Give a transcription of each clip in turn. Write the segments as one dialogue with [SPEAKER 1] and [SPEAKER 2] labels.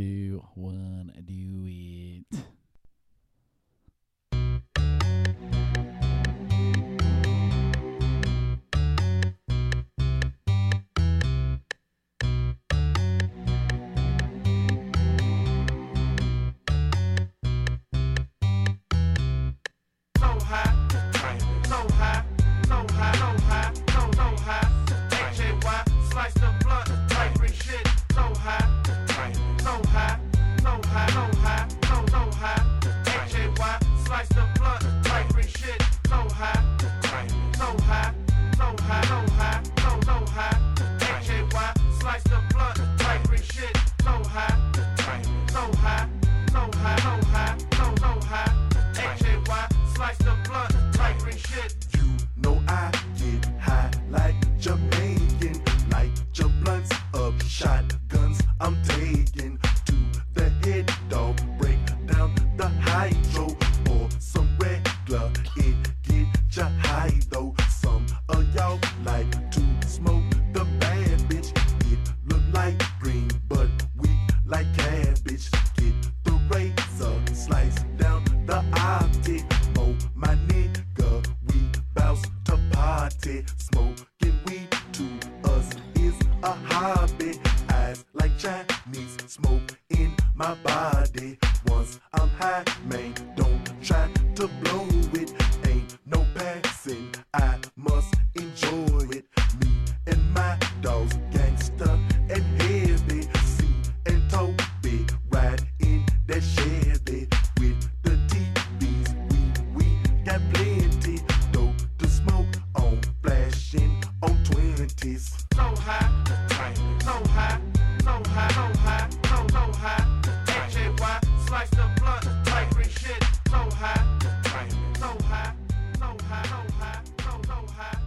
[SPEAKER 1] two, one, do it.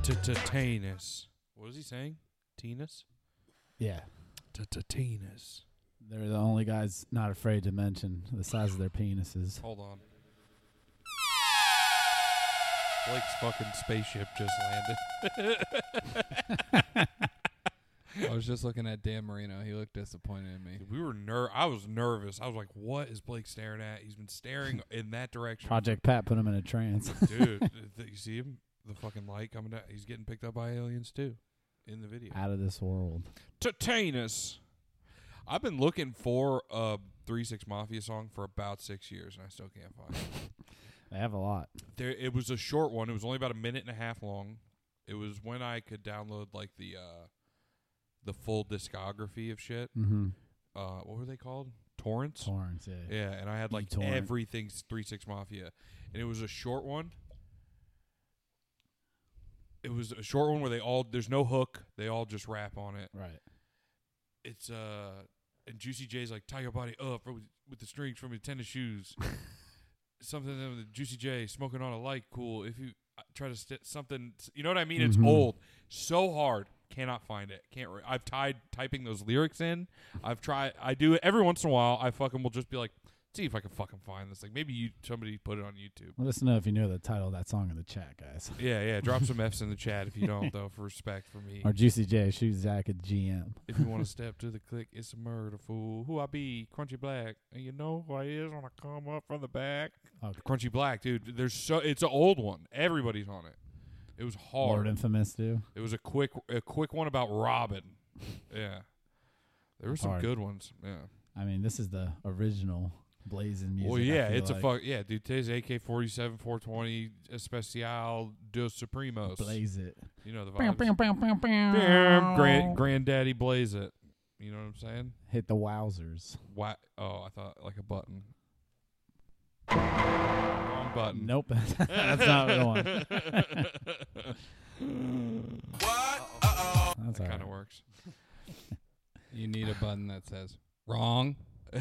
[SPEAKER 2] Tatanus. What was he saying? Tinus?
[SPEAKER 1] Yeah.
[SPEAKER 2] Tatanus.
[SPEAKER 1] They're the only guys not afraid to mention the size of their penises.
[SPEAKER 2] Hold on. Blake's fucking spaceship just landed.
[SPEAKER 3] I was just looking at Dan Marino. He looked disappointed in me.
[SPEAKER 2] We were ner. I was nervous. I was like, "What is Blake staring at?" He's been staring in that direction.
[SPEAKER 1] Project Pat put him in a trance,
[SPEAKER 2] dude. you see him? the fucking light coming down. He's getting picked up by aliens too, in the video.
[SPEAKER 1] Out of this world.
[SPEAKER 2] Tatanus. I've been looking for a Three Six Mafia song for about six years, and I still can't find it.
[SPEAKER 1] they have a lot.
[SPEAKER 2] There, it was a short one. It was only about a minute and a half long. It was when I could download like the uh, the full discography of shit.
[SPEAKER 1] Mm-hmm.
[SPEAKER 2] Uh, what were they called? Torrents.
[SPEAKER 1] Torrents. Yeah.
[SPEAKER 2] Yeah, and I had like E-torrent. everything's Three Six Mafia, and it was a short one it was a short one where they all there's no hook. They all just rap on it.
[SPEAKER 1] Right.
[SPEAKER 2] It's uh and Juicy J's like tie your body up with, with the strings from your tennis shoes. something with Juicy J smoking on a light cool. If you uh, try to st- something, you know what I mean. It's mm-hmm. old, so hard. Cannot find it. Can't. Re- I've tried typing those lyrics in. I've tried. I do it every once in a while. I fucking will just be like, see if I can fucking find this. Like maybe you somebody put it on YouTube.
[SPEAKER 1] Let us know if you know the title of that song in the chat, guys.
[SPEAKER 2] Yeah, yeah. Drop some F's in the chat if you don't, though, for respect for me.
[SPEAKER 1] Or Juicy J, shoot Zach at GM.
[SPEAKER 2] if you want to step to the click, it's a murder fool. Who I be, Crunchy Black, and you know who I is when I come up from the back.
[SPEAKER 1] Oh,
[SPEAKER 2] Okay. Crunchy Black, dude. There's so it's an old one. Everybody's on it. It was hard.
[SPEAKER 1] Lord Infamous, too.
[SPEAKER 2] It was a quick, a quick one about Robin. yeah, there were some hard. good ones. Yeah.
[SPEAKER 1] I mean, this is the original blazing music.
[SPEAKER 2] Well, yeah, it's
[SPEAKER 1] like.
[SPEAKER 2] a fuck. Yeah, dude, today's AK forty seven, four twenty, especial dos supremos.
[SPEAKER 1] Blaze it.
[SPEAKER 2] You know the vibes. Bam, bam, bam, bam, Grand, granddaddy, blaze it. You know what I'm saying?
[SPEAKER 1] Hit the wowzers.
[SPEAKER 2] Why? Oh, I thought like a button. Wrong button.
[SPEAKER 1] Nope, that's not the one.
[SPEAKER 2] what? Uh-oh.
[SPEAKER 1] That's
[SPEAKER 2] that kind of right. works.
[SPEAKER 3] you need a button that says wrong.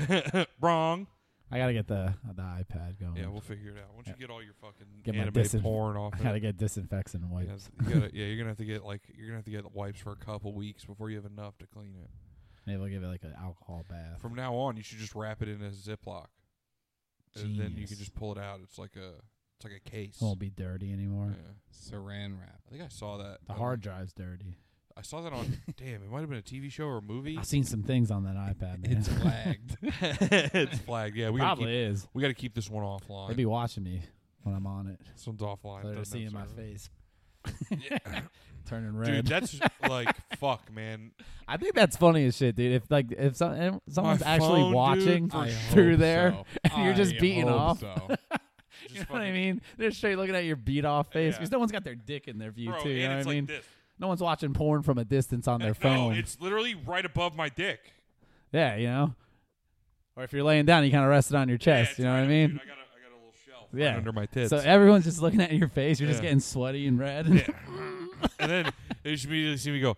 [SPEAKER 2] wrong.
[SPEAKER 1] I gotta get the uh, the iPad going.
[SPEAKER 2] Yeah, we'll figure it out. Once yeah. you get all your fucking get anime disin- porn off,
[SPEAKER 1] I gotta get disinfectant wipes.
[SPEAKER 2] You gotta, yeah, you're gonna have to get like you're gonna have to get wipes for a couple weeks before you have enough to clean it.
[SPEAKER 1] Maybe we'll give it like an alcohol bath.
[SPEAKER 2] From now on, you should just wrap it in a Ziploc, Genius. and then you can just pull it out. It's like a it's like a case.
[SPEAKER 1] It won't be dirty anymore.
[SPEAKER 2] Yeah.
[SPEAKER 3] Saran wrap.
[SPEAKER 2] I think I saw that.
[SPEAKER 1] The hard drive's dirty.
[SPEAKER 2] I saw that on. damn, it might have been a TV show or a movie.
[SPEAKER 1] I've seen some things on that iPad, man.
[SPEAKER 3] It's lagged.
[SPEAKER 2] it's flagged. Yeah, we gotta
[SPEAKER 1] Probably
[SPEAKER 2] keep,
[SPEAKER 1] is.
[SPEAKER 2] we gotta keep this one offline.
[SPEAKER 1] They'd be watching me when I'm on it.
[SPEAKER 2] this one's offline.
[SPEAKER 1] They're
[SPEAKER 2] doesn't
[SPEAKER 1] seeing
[SPEAKER 2] have
[SPEAKER 1] my
[SPEAKER 2] service.
[SPEAKER 1] face
[SPEAKER 2] Yeah.
[SPEAKER 1] turning
[SPEAKER 2] Dude,
[SPEAKER 1] red.
[SPEAKER 2] that's like fuck, man.
[SPEAKER 1] I think that's funny as shit, dude. If like if some, if someone's actually
[SPEAKER 2] phone, dude,
[SPEAKER 1] watching
[SPEAKER 2] for
[SPEAKER 3] I
[SPEAKER 1] through
[SPEAKER 3] hope
[SPEAKER 1] there,
[SPEAKER 3] so.
[SPEAKER 1] and you're just
[SPEAKER 3] I
[SPEAKER 1] beating
[SPEAKER 3] hope
[SPEAKER 1] off.
[SPEAKER 3] so.
[SPEAKER 2] Just
[SPEAKER 1] you know what I
[SPEAKER 2] fucking-
[SPEAKER 1] mean? They're straight looking at your beat off face
[SPEAKER 2] Yeah.
[SPEAKER 1] because no one's got their dick in their view
[SPEAKER 2] Bro,
[SPEAKER 1] too. You
[SPEAKER 2] and
[SPEAKER 1] know
[SPEAKER 2] it's
[SPEAKER 1] what I mean?
[SPEAKER 2] like this.
[SPEAKER 1] No one's watching porn from a distance on their
[SPEAKER 2] No,
[SPEAKER 1] phone.
[SPEAKER 2] it's literally right above my dick.
[SPEAKER 1] yeah, you know. Or if you're laying down, you kind of rest it on your chest.
[SPEAKER 2] it's
[SPEAKER 1] you know
[SPEAKER 2] right
[SPEAKER 1] what I
[SPEAKER 2] up-
[SPEAKER 1] mean?
[SPEAKER 2] dude, I got a, I got a little shelf right
[SPEAKER 1] Yeah.
[SPEAKER 2] under my tits.
[SPEAKER 1] So everyone's just looking at your face. You're just
[SPEAKER 2] Yeah.
[SPEAKER 1] getting sweaty and red.
[SPEAKER 2] Yeah. and then they just immediately see me go.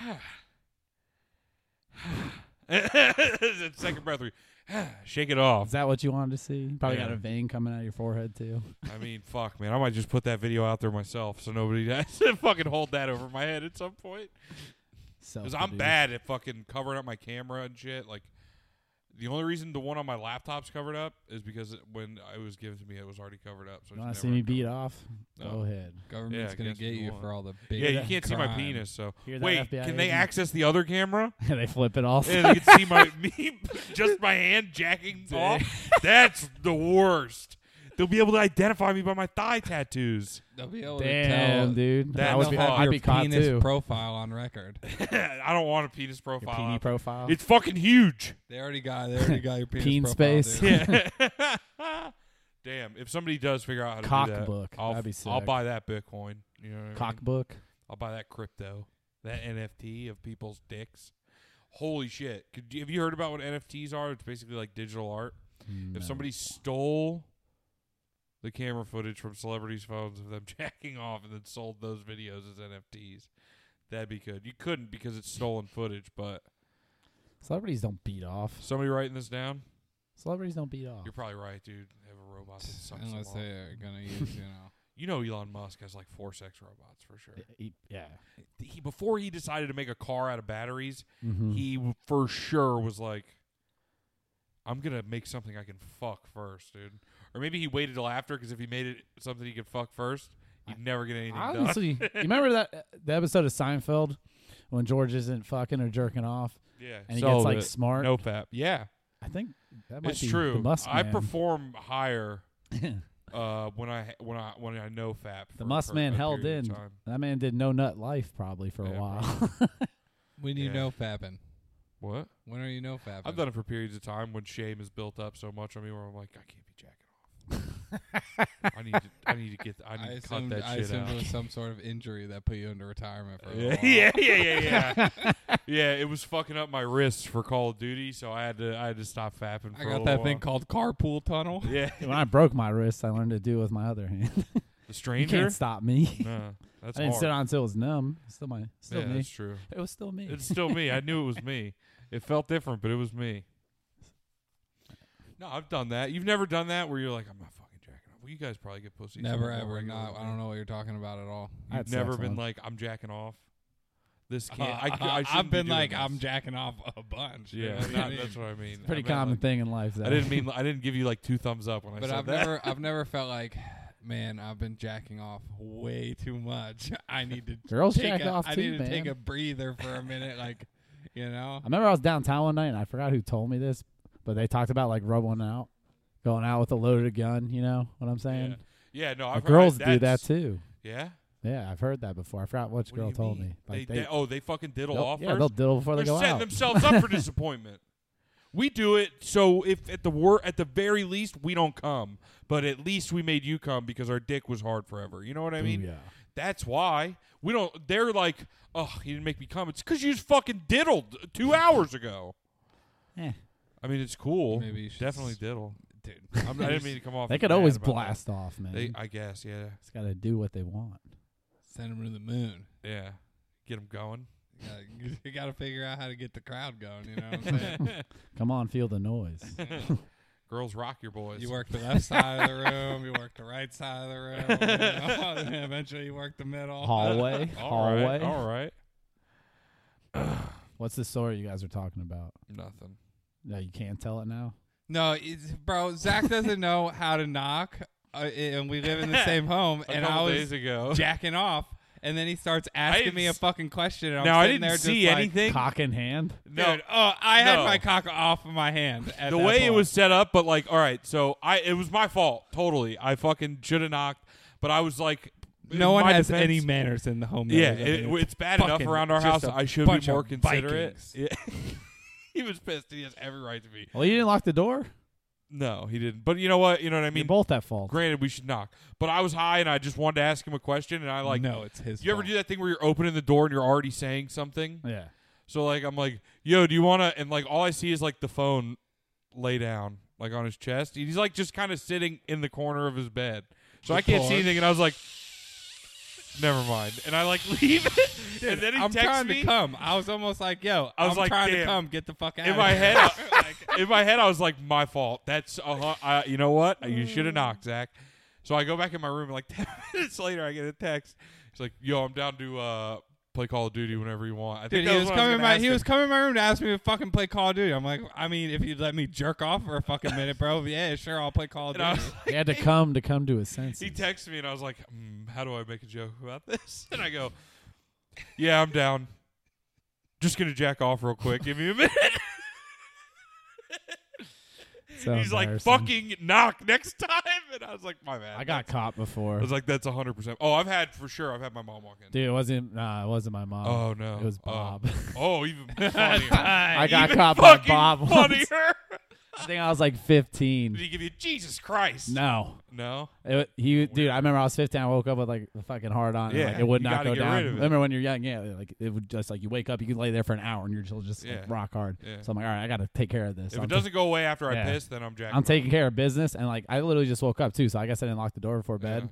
[SPEAKER 2] That Second breath, we shake it
[SPEAKER 1] Is
[SPEAKER 2] off.
[SPEAKER 1] that what you wanted to see? Probably
[SPEAKER 2] Yeah.
[SPEAKER 1] got a vein coming out of your forehead too.
[SPEAKER 2] I mean, fuck, man, I might just put that video out there myself so nobody has to fucking hold that over my head at some point.
[SPEAKER 1] So
[SPEAKER 2] Because I'm bad at fucking covering up my camera and shit. Like, the only reason the one on my laptop's covered up is because it, when it was given to me, it was already covered up. So
[SPEAKER 1] You
[SPEAKER 2] I
[SPEAKER 1] want to
[SPEAKER 2] just
[SPEAKER 1] see
[SPEAKER 2] never
[SPEAKER 1] me
[SPEAKER 2] uncovered
[SPEAKER 1] beat off?
[SPEAKER 2] No.
[SPEAKER 1] Go ahead.
[SPEAKER 2] Yeah,
[SPEAKER 3] Government's
[SPEAKER 2] I
[SPEAKER 3] gonna
[SPEAKER 2] guess
[SPEAKER 3] get
[SPEAKER 2] if you
[SPEAKER 3] you
[SPEAKER 2] want.
[SPEAKER 3] for all the big.
[SPEAKER 2] Yeah, you can't see my
[SPEAKER 3] crime.
[SPEAKER 2] penis. So
[SPEAKER 1] Hear that,
[SPEAKER 2] wait,
[SPEAKER 1] FBI
[SPEAKER 2] can they
[SPEAKER 1] agent?
[SPEAKER 2] access the other camera?
[SPEAKER 1] they flip it off.
[SPEAKER 2] Yeah, they can see my me, just my hand jacking off. That's the worst. They'll be able to identify me by my thigh tattoos.
[SPEAKER 3] They'll be able
[SPEAKER 1] Damn,
[SPEAKER 3] to tell.
[SPEAKER 1] dude.
[SPEAKER 2] That
[SPEAKER 1] I
[SPEAKER 3] I
[SPEAKER 1] would
[SPEAKER 2] was-
[SPEAKER 1] be,
[SPEAKER 2] I'll
[SPEAKER 3] have
[SPEAKER 1] I'd
[SPEAKER 3] your
[SPEAKER 1] be caught
[SPEAKER 3] penis
[SPEAKER 1] too.
[SPEAKER 3] profile on record.
[SPEAKER 2] I don't want a penis
[SPEAKER 1] your
[SPEAKER 2] profile.
[SPEAKER 1] peenie profile.
[SPEAKER 2] it's fucking huge.
[SPEAKER 3] They already got. They already got your penis
[SPEAKER 1] Peen
[SPEAKER 3] profile,
[SPEAKER 1] space.
[SPEAKER 3] dude.
[SPEAKER 2] Yeah. Damn. If somebody does figure out how to
[SPEAKER 1] Cock
[SPEAKER 2] do that,
[SPEAKER 1] book.
[SPEAKER 2] I'll,
[SPEAKER 1] That'd be sick.
[SPEAKER 2] I'll buy that Bitcoin. You know what I mean?
[SPEAKER 1] Cock book.
[SPEAKER 2] I'll buy that crypto, that NFT of people's dicks. Holy shit! Could you, have you heard about what NFTs are? It's basically like digital art.
[SPEAKER 1] No.
[SPEAKER 2] If somebody stole the camera footage from celebrities' phones of them jacking off and then sold those videos as NFTs, that'd be good. You couldn't because it's stolen footage, but
[SPEAKER 1] Celebrities don't beat off.
[SPEAKER 2] somebody writing this down,
[SPEAKER 1] Celebrities don't beat off.
[SPEAKER 2] you're probably right, dude. They have a robot that sucks them
[SPEAKER 3] Unless
[SPEAKER 2] off.
[SPEAKER 3] they're gonna use, you know.
[SPEAKER 2] You know Elon Musk has like four sex robots for sure.
[SPEAKER 1] Yeah, he- yeah.
[SPEAKER 2] He, before he decided to make a car out of batteries,
[SPEAKER 1] Mhm.
[SPEAKER 2] he w- for sure was like, "I'm gonna make something I can fuck first, dude." Or maybe he waited till after because if he made it something he could fuck first, he'd never get anything done.
[SPEAKER 1] Honestly, you remember that the episode of Seinfeld when George isn't fucking or jerking off
[SPEAKER 2] Yeah,
[SPEAKER 1] and he
[SPEAKER 2] so
[SPEAKER 1] gets like
[SPEAKER 2] the-
[SPEAKER 1] smart?
[SPEAKER 2] no fap. Yeah,
[SPEAKER 1] I think that might
[SPEAKER 2] it's
[SPEAKER 1] be
[SPEAKER 2] true.
[SPEAKER 1] the Musk
[SPEAKER 2] I
[SPEAKER 1] man.
[SPEAKER 2] perform higher uh, when I when I when I know fap.
[SPEAKER 1] the
[SPEAKER 2] for-
[SPEAKER 1] Musk
[SPEAKER 2] for
[SPEAKER 1] man
[SPEAKER 2] a
[SPEAKER 1] held
[SPEAKER 2] period
[SPEAKER 1] in.
[SPEAKER 2] of time.
[SPEAKER 1] That man did no nut life probably for
[SPEAKER 2] Yeah,
[SPEAKER 1] a while.
[SPEAKER 3] When you
[SPEAKER 2] Yeah.
[SPEAKER 3] know fapping.
[SPEAKER 2] What?
[SPEAKER 3] When are you know fapping?
[SPEAKER 2] I've done it for periods of time when shame is built up so much on me where I'm like, I can't be jacking off. I need to, I need to get I need
[SPEAKER 3] I
[SPEAKER 2] to cut
[SPEAKER 3] assumed,
[SPEAKER 2] that
[SPEAKER 3] I
[SPEAKER 2] shit
[SPEAKER 3] assumed
[SPEAKER 2] out.
[SPEAKER 3] it was some sort of injury that put you into retirement for a
[SPEAKER 2] Yeah,
[SPEAKER 3] while.
[SPEAKER 2] yeah, yeah, yeah, yeah. yeah, it was fucking up my wrists for Call of Duty, so I had to I had to stop fapping. For
[SPEAKER 3] I
[SPEAKER 2] a
[SPEAKER 3] got
[SPEAKER 2] little
[SPEAKER 3] that
[SPEAKER 2] while.
[SPEAKER 3] thing called carpool tunnel.
[SPEAKER 2] Yeah,
[SPEAKER 1] when I broke my wrist, I learned to do it with my other hand.
[SPEAKER 2] the
[SPEAKER 1] you
[SPEAKER 2] stranger.
[SPEAKER 1] can't stop me.
[SPEAKER 2] Nah, that's
[SPEAKER 1] I didn't
[SPEAKER 2] hard.
[SPEAKER 1] sit on until it was numb. Still my, still
[SPEAKER 2] yeah,
[SPEAKER 1] me.
[SPEAKER 2] that's true.
[SPEAKER 1] It was still me.
[SPEAKER 2] It's still me. I knew it was me. It felt different, but it was me. No, I've done that. You've never done that where you're like, I'm not fucking jacking off. Well, you guys probably get pussy.
[SPEAKER 3] Never
[SPEAKER 2] somewhat more
[SPEAKER 3] ever. Not.
[SPEAKER 2] regularly.
[SPEAKER 3] I don't know what you're talking about at all.
[SPEAKER 1] I had
[SPEAKER 2] You've never
[SPEAKER 1] sex
[SPEAKER 2] been
[SPEAKER 1] once.
[SPEAKER 2] like, I'm jacking off. This can't. Uh-huh,
[SPEAKER 3] Uh,
[SPEAKER 2] I, c- I
[SPEAKER 3] uh,
[SPEAKER 2] shouldn't
[SPEAKER 3] I've
[SPEAKER 2] be
[SPEAKER 3] been
[SPEAKER 2] doing
[SPEAKER 3] like,
[SPEAKER 2] this.
[SPEAKER 3] I'm jacking off a bunch. you
[SPEAKER 2] Yeah,
[SPEAKER 3] know what I
[SPEAKER 2] not-
[SPEAKER 3] mean?
[SPEAKER 2] that's what I mean.
[SPEAKER 1] It's a pretty
[SPEAKER 2] I meant,
[SPEAKER 1] common
[SPEAKER 2] like,
[SPEAKER 1] thing in life. Though.
[SPEAKER 2] I didn't mean I didn't give you like two thumbs up when I
[SPEAKER 3] But
[SPEAKER 2] said
[SPEAKER 3] I've
[SPEAKER 2] that.
[SPEAKER 3] never, I've never felt like, man, I've been jacking off way too much. I need to
[SPEAKER 1] Girls
[SPEAKER 3] take
[SPEAKER 1] jack
[SPEAKER 3] a,
[SPEAKER 1] off
[SPEAKER 3] I
[SPEAKER 1] too,
[SPEAKER 3] need to take
[SPEAKER 1] man.
[SPEAKER 3] a breather for a minute, like, you know.
[SPEAKER 1] I remember I was downtown one night and I forgot who told me this, but they talked about like rubbing out, going out with a loaded gun. You know what I'm saying?
[SPEAKER 2] yeah. yeah, no,
[SPEAKER 1] Like,
[SPEAKER 2] I've heard
[SPEAKER 1] girls do that
[SPEAKER 2] that's-
[SPEAKER 1] too.
[SPEAKER 2] Yeah,
[SPEAKER 1] Yeah, I've heard that before. I forgot which
[SPEAKER 2] What do
[SPEAKER 1] girl
[SPEAKER 2] you
[SPEAKER 1] told
[SPEAKER 2] mean?
[SPEAKER 1] me. Like
[SPEAKER 2] they, they- oh, they fucking diddle
[SPEAKER 1] they'll-
[SPEAKER 2] off.
[SPEAKER 1] yeah,
[SPEAKER 2] first?
[SPEAKER 1] they'll diddle before
[SPEAKER 2] They're
[SPEAKER 1] they go
[SPEAKER 2] setting
[SPEAKER 1] out.
[SPEAKER 2] themselves up for disappointment. We do it so if at the wor- at the very least we don't come, but at least we made you come because our dick was hard forever. You know what I mean?
[SPEAKER 1] Booyah.
[SPEAKER 2] That's why we don't. They're like, oh, he didn't make me come. It's because you just fucking diddled two hours ago.
[SPEAKER 1] Eh.
[SPEAKER 2] I mean, it's cool.
[SPEAKER 3] Maybe you should
[SPEAKER 2] definitely
[SPEAKER 3] s-
[SPEAKER 2] diddle.
[SPEAKER 3] Dude,
[SPEAKER 2] I'm, I didn't mean to come off.
[SPEAKER 1] They
[SPEAKER 2] as
[SPEAKER 1] could
[SPEAKER 2] mad
[SPEAKER 1] always
[SPEAKER 2] about that.
[SPEAKER 1] blast off, man.
[SPEAKER 2] They, I guess, yeah,
[SPEAKER 1] just got to do what they want.
[SPEAKER 3] send them to the moon.
[SPEAKER 2] yeah. Get them going.
[SPEAKER 3] You gotta- You got to figure out how to get the crowd going. You know what I'm saying?
[SPEAKER 1] Come on, feel the noise.
[SPEAKER 2] Girls rock your boys.
[SPEAKER 3] You work the left side of the room. You work the right side of the room. You know? and then eventually, you work the middle.
[SPEAKER 1] hallway,
[SPEAKER 2] all
[SPEAKER 1] hallway.
[SPEAKER 2] right, all right.
[SPEAKER 1] What's the story you guys are talking about?
[SPEAKER 2] Nothing.
[SPEAKER 1] No, you can't tell it now.
[SPEAKER 3] No, it's, bro. Zach doesn't know how to knock, uh, and we live in the same home.
[SPEAKER 2] A
[SPEAKER 3] and
[SPEAKER 2] couple
[SPEAKER 3] I was
[SPEAKER 2] days ago,
[SPEAKER 3] jacking off, and then he starts asking
[SPEAKER 2] didn't
[SPEAKER 3] me a
[SPEAKER 2] s-
[SPEAKER 3] fucking question. And I'm
[SPEAKER 2] now I
[SPEAKER 3] sitting
[SPEAKER 2] didn't
[SPEAKER 3] there
[SPEAKER 2] see
[SPEAKER 3] just like,
[SPEAKER 2] anything.
[SPEAKER 1] Cock in hand.
[SPEAKER 2] no,
[SPEAKER 3] Dude, oh, I had
[SPEAKER 2] No.
[SPEAKER 3] my cock off of my hand. At
[SPEAKER 2] the
[SPEAKER 3] that
[SPEAKER 2] way it
[SPEAKER 3] point.
[SPEAKER 2] was set up, but like, all right, so I it was my fault totally. I fucking should have knocked, but I was like,
[SPEAKER 3] No
[SPEAKER 2] in
[SPEAKER 3] one
[SPEAKER 2] my
[SPEAKER 3] has
[SPEAKER 2] defense-
[SPEAKER 3] any manners in the home. that
[SPEAKER 2] Yeah,
[SPEAKER 3] I live
[SPEAKER 2] it,
[SPEAKER 3] in.
[SPEAKER 2] it's bad enough
[SPEAKER 3] fucking
[SPEAKER 2] around our house.
[SPEAKER 3] just a
[SPEAKER 2] I should
[SPEAKER 3] bunch
[SPEAKER 2] be
[SPEAKER 3] of
[SPEAKER 2] more considerate.
[SPEAKER 3] Vikings.
[SPEAKER 2] Yeah. he was pissed. and He has every right to be.
[SPEAKER 1] Well, you didn't lock the door.
[SPEAKER 2] No, he didn't. But you know what? You know what I
[SPEAKER 1] You're
[SPEAKER 2] mean.
[SPEAKER 1] both at fault.
[SPEAKER 2] Granted, we should knock, but I was high and I just wanted to ask him a question, and I like.
[SPEAKER 3] no, it's his.
[SPEAKER 2] You ever
[SPEAKER 3] fault.
[SPEAKER 2] do that thing where you're opening the door and you're already saying something?
[SPEAKER 1] Yeah.
[SPEAKER 2] So like I'm like, yo, do you wanna and like all I see is like the phone lay down, like on his chest. He's like just kind of sitting in the corner of his bed. So I can't see
[SPEAKER 3] Porn.
[SPEAKER 2] anything and I was like Never mind. And I like leave it. and then he
[SPEAKER 3] I'm
[SPEAKER 2] texts
[SPEAKER 3] trying
[SPEAKER 2] me
[SPEAKER 3] to come. I was almost like, yo,
[SPEAKER 2] I was
[SPEAKER 3] am
[SPEAKER 2] like,
[SPEAKER 3] trying to
[SPEAKER 2] damn.
[SPEAKER 3] come. Get the fuck out.
[SPEAKER 2] in
[SPEAKER 3] of
[SPEAKER 2] my
[SPEAKER 3] here.
[SPEAKER 2] head. I, in my head, I was like, "My fault. That's a hu- I, you know what? You should
[SPEAKER 3] Mm.
[SPEAKER 2] have knocked, Zach." So I go back in my room. Like ten minutes later, I get a text. It's like, "Yo, I'm down to uh, play Call of Duty whenever you want." I think
[SPEAKER 3] Dude,
[SPEAKER 2] that
[SPEAKER 3] he was
[SPEAKER 2] what I
[SPEAKER 3] coming in
[SPEAKER 2] gonna
[SPEAKER 3] my
[SPEAKER 2] ask
[SPEAKER 3] he
[SPEAKER 2] him.
[SPEAKER 3] was coming in my room to ask me to fucking play Call of Duty. I'm like, I mean, if you'd let me jerk off for a fucking minute, bro, yeah, sure, I'll play Call of
[SPEAKER 2] And I
[SPEAKER 3] Duty.
[SPEAKER 2] was
[SPEAKER 1] He had to come to come to his
[SPEAKER 2] he
[SPEAKER 1] senses.
[SPEAKER 2] texted me and I was like, mm, "How do I make a joke about this?" And I go, "Yeah, I'm down. Just gonna jack off real quick. Give me a minute."
[SPEAKER 1] So
[SPEAKER 2] He's like,
[SPEAKER 1] embarrassing.
[SPEAKER 2] "Fucking knock next time," and I was like, "My bad."
[SPEAKER 1] I got caught
[SPEAKER 2] I
[SPEAKER 1] before.
[SPEAKER 2] was like, "That's hundred percent." Oh, I've had for sure. I've had my mom walk in.
[SPEAKER 1] Dude, it wasn't. Nah, it wasn't my mom.
[SPEAKER 2] Oh no,
[SPEAKER 1] It was
[SPEAKER 2] Oh.
[SPEAKER 1] Bob.
[SPEAKER 2] Oh, even funnier.
[SPEAKER 1] I got
[SPEAKER 2] Even
[SPEAKER 1] caught by
[SPEAKER 2] fucking
[SPEAKER 1] Bob. Once.
[SPEAKER 2] Funnier.
[SPEAKER 1] I think I was like
[SPEAKER 2] Did
[SPEAKER 1] 15.
[SPEAKER 2] he give you Jesus Christ?
[SPEAKER 1] No,
[SPEAKER 2] No.
[SPEAKER 1] It, wa- he, dude, I remember I was 15. I woke up with like the fucking hard on.
[SPEAKER 2] Yeah,
[SPEAKER 1] and, like, it would
[SPEAKER 2] you
[SPEAKER 1] not
[SPEAKER 2] gotta
[SPEAKER 1] go
[SPEAKER 2] get
[SPEAKER 1] down.
[SPEAKER 2] rid of it.
[SPEAKER 1] Remember when you're young? Yeah, like it would just like you wake up, you can lay there for an hour, and you're still just like,
[SPEAKER 2] Yeah.
[SPEAKER 1] rock hard.
[SPEAKER 2] Yeah.
[SPEAKER 1] So I'm like, all right, I got to take care of this.
[SPEAKER 2] If
[SPEAKER 1] I'm
[SPEAKER 2] it doesn't go away after
[SPEAKER 1] Yeah.
[SPEAKER 2] I piss, then I'm jacking.
[SPEAKER 1] I'm taking care of business, and like I literally just woke up too, so I guess I didn't lock the door before bed.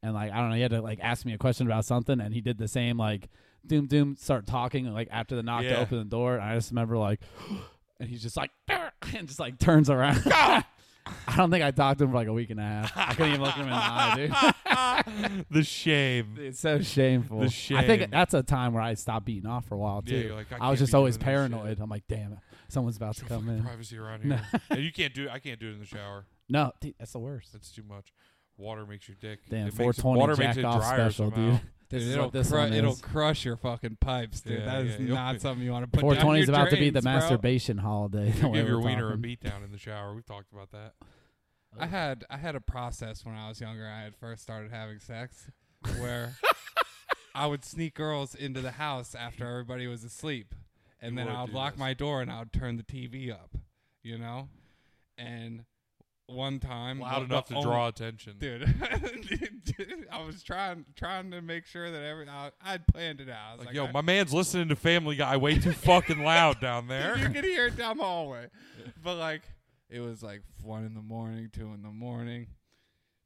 [SPEAKER 1] And like I don't know, he had to like ask me a question about something, and he did the same like doom doom start talking like after the knock to
[SPEAKER 2] Yeah.
[SPEAKER 1] open the door, and I just remember like, and he's just like and just like turns around. I don't think I talked to him for like a week and a half. I couldn't even look him in the eye,
[SPEAKER 2] the shame.
[SPEAKER 1] dude. It's so shameful.
[SPEAKER 2] The
[SPEAKER 1] I
[SPEAKER 2] shame.
[SPEAKER 1] think that's a time where I stopped beating off for a while too.
[SPEAKER 2] Yeah, you're like, I
[SPEAKER 1] I, was
[SPEAKER 2] can't
[SPEAKER 1] just
[SPEAKER 2] be
[SPEAKER 1] always
[SPEAKER 2] doing this shit.
[SPEAKER 1] paranoid. I'm like, damn it, someone's about to
[SPEAKER 2] There's no
[SPEAKER 1] come
[SPEAKER 2] fucking
[SPEAKER 1] in.
[SPEAKER 2] Privacy around
[SPEAKER 1] No.
[SPEAKER 2] here. And you can't do. I can't do it in the shower.
[SPEAKER 1] No, dude, that's the worst.
[SPEAKER 2] That's too much. Water makes your dick.
[SPEAKER 1] Damn,
[SPEAKER 2] it makes it,
[SPEAKER 1] 420
[SPEAKER 2] water
[SPEAKER 1] jack
[SPEAKER 2] makes it
[SPEAKER 1] off
[SPEAKER 2] drier
[SPEAKER 1] special,
[SPEAKER 2] somehow.
[SPEAKER 1] dude. This
[SPEAKER 3] Dude,
[SPEAKER 1] is
[SPEAKER 3] it'll
[SPEAKER 1] what this
[SPEAKER 3] cru-
[SPEAKER 1] one
[SPEAKER 3] it'll
[SPEAKER 1] is.
[SPEAKER 3] crush your fucking pipes, dude.
[SPEAKER 2] Yeah,
[SPEAKER 3] that is
[SPEAKER 2] yeah, you'll-
[SPEAKER 3] not something you want to put. down
[SPEAKER 1] 420 is
[SPEAKER 3] your
[SPEAKER 1] about to be
[SPEAKER 3] drains,
[SPEAKER 1] the
[SPEAKER 3] bro.
[SPEAKER 1] masturbation holiday. the
[SPEAKER 2] You
[SPEAKER 1] way
[SPEAKER 2] give your
[SPEAKER 1] we're
[SPEAKER 2] wiener a
[SPEAKER 1] talking.
[SPEAKER 2] beat down in the shower. We've talked about that. Oh.
[SPEAKER 3] I had I had a process when I was younger. I had first started having sex, where I would sneak girls into the house after everybody was asleep, and
[SPEAKER 2] You
[SPEAKER 3] then
[SPEAKER 2] would
[SPEAKER 3] I would
[SPEAKER 2] do
[SPEAKER 3] lock
[SPEAKER 2] this.
[SPEAKER 3] my door and I would turn the TV up, you know, and one time
[SPEAKER 2] Loud
[SPEAKER 3] the-
[SPEAKER 2] enough
[SPEAKER 3] the
[SPEAKER 2] to
[SPEAKER 3] only-
[SPEAKER 2] draw attention.
[SPEAKER 3] Dude, dude, I was trying trying to make sure that every I, I'd planned it out. I was
[SPEAKER 2] Like,
[SPEAKER 3] like,
[SPEAKER 2] yo,
[SPEAKER 3] I-
[SPEAKER 2] my man's listening to Family Guy way too fucking loud down there.
[SPEAKER 3] Dude, you can hear it down the hallway. But like, it was like one in the morning, two in the morning.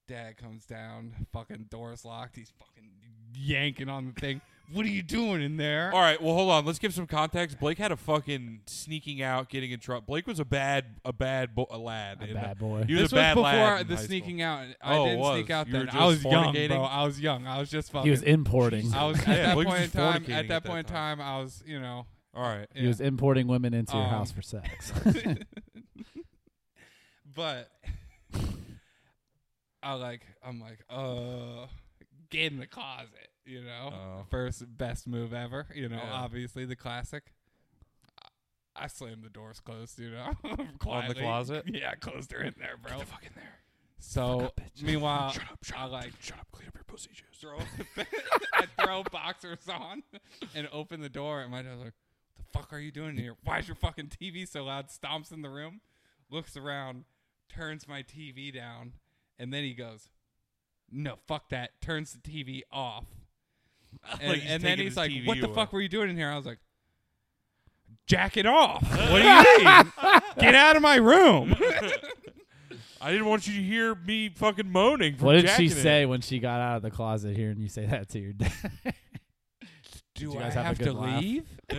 [SPEAKER 3] Dad comes down, fucking doors locked. He's fucking yanking on the thing. What are you doing in there?
[SPEAKER 2] All right, well, hold on. Let's give some context. Blake had a fucking sneaking out, getting in trouble. Blake was a bad, a bad bo- a lad.
[SPEAKER 1] A
[SPEAKER 2] in
[SPEAKER 1] bad
[SPEAKER 2] the-
[SPEAKER 1] boy.
[SPEAKER 2] He was
[SPEAKER 3] this
[SPEAKER 2] a bad
[SPEAKER 3] was
[SPEAKER 2] lad
[SPEAKER 3] before
[SPEAKER 2] in
[SPEAKER 3] the
[SPEAKER 2] high
[SPEAKER 3] sneaking
[SPEAKER 2] school.
[SPEAKER 3] out. I
[SPEAKER 2] Oh, it
[SPEAKER 3] didn't sneak
[SPEAKER 2] was.
[SPEAKER 3] out
[SPEAKER 2] You were
[SPEAKER 3] then. I
[SPEAKER 2] just
[SPEAKER 3] was young, bro.
[SPEAKER 2] fornicating?
[SPEAKER 3] I was young. I was just fucking.
[SPEAKER 1] He was importing.
[SPEAKER 3] I was at
[SPEAKER 2] Yeah,
[SPEAKER 3] that
[SPEAKER 2] Blake was
[SPEAKER 3] point in
[SPEAKER 2] just fornicating
[SPEAKER 3] time. At that
[SPEAKER 2] at that
[SPEAKER 3] point in time, I was, you know,
[SPEAKER 2] All right.
[SPEAKER 1] He was importing women into your
[SPEAKER 3] Um,
[SPEAKER 1] house for sex.
[SPEAKER 3] but I like I'm like uh get in the closet, you know.
[SPEAKER 2] Oh.
[SPEAKER 3] First best move ever, you know.
[SPEAKER 2] Yeah.
[SPEAKER 3] Obviously the classic. I, I slammed the doors closed, you know.
[SPEAKER 2] On the
[SPEAKER 3] quietly.
[SPEAKER 2] closet?
[SPEAKER 3] Yeah, I closed her in there, bro.
[SPEAKER 2] fuck in there.
[SPEAKER 3] So
[SPEAKER 1] up, bitch.
[SPEAKER 3] meanwhile,
[SPEAKER 2] Shut up, shut
[SPEAKER 3] I
[SPEAKER 2] up,
[SPEAKER 3] like
[SPEAKER 2] shut up. Clean up your pussy juice.
[SPEAKER 3] throw I throw boxers on and open the door and my dad's like, The fuck are you doing in here? Why is your fucking TV so loud? Stomps in the room, looks around, turns my TV down, and then he goes, No, fuck that, turns the TV off. And,
[SPEAKER 2] he's
[SPEAKER 3] and then
[SPEAKER 2] taking
[SPEAKER 3] he's
[SPEAKER 2] his
[SPEAKER 3] like,
[SPEAKER 2] TV
[SPEAKER 3] What the
[SPEAKER 2] away."
[SPEAKER 3] fuck were you doing in here? I was like, Jack it off.
[SPEAKER 2] What do you mean?
[SPEAKER 3] Get out of my room.
[SPEAKER 2] I didn't want you to hear me fucking moaning. From
[SPEAKER 1] what did she
[SPEAKER 2] jacking it.
[SPEAKER 1] say when she got out of the closet here and you say that to your dad?
[SPEAKER 3] Do
[SPEAKER 1] you
[SPEAKER 3] I
[SPEAKER 1] guys
[SPEAKER 3] have,
[SPEAKER 1] have a good
[SPEAKER 3] to
[SPEAKER 1] laugh?
[SPEAKER 3] leave? I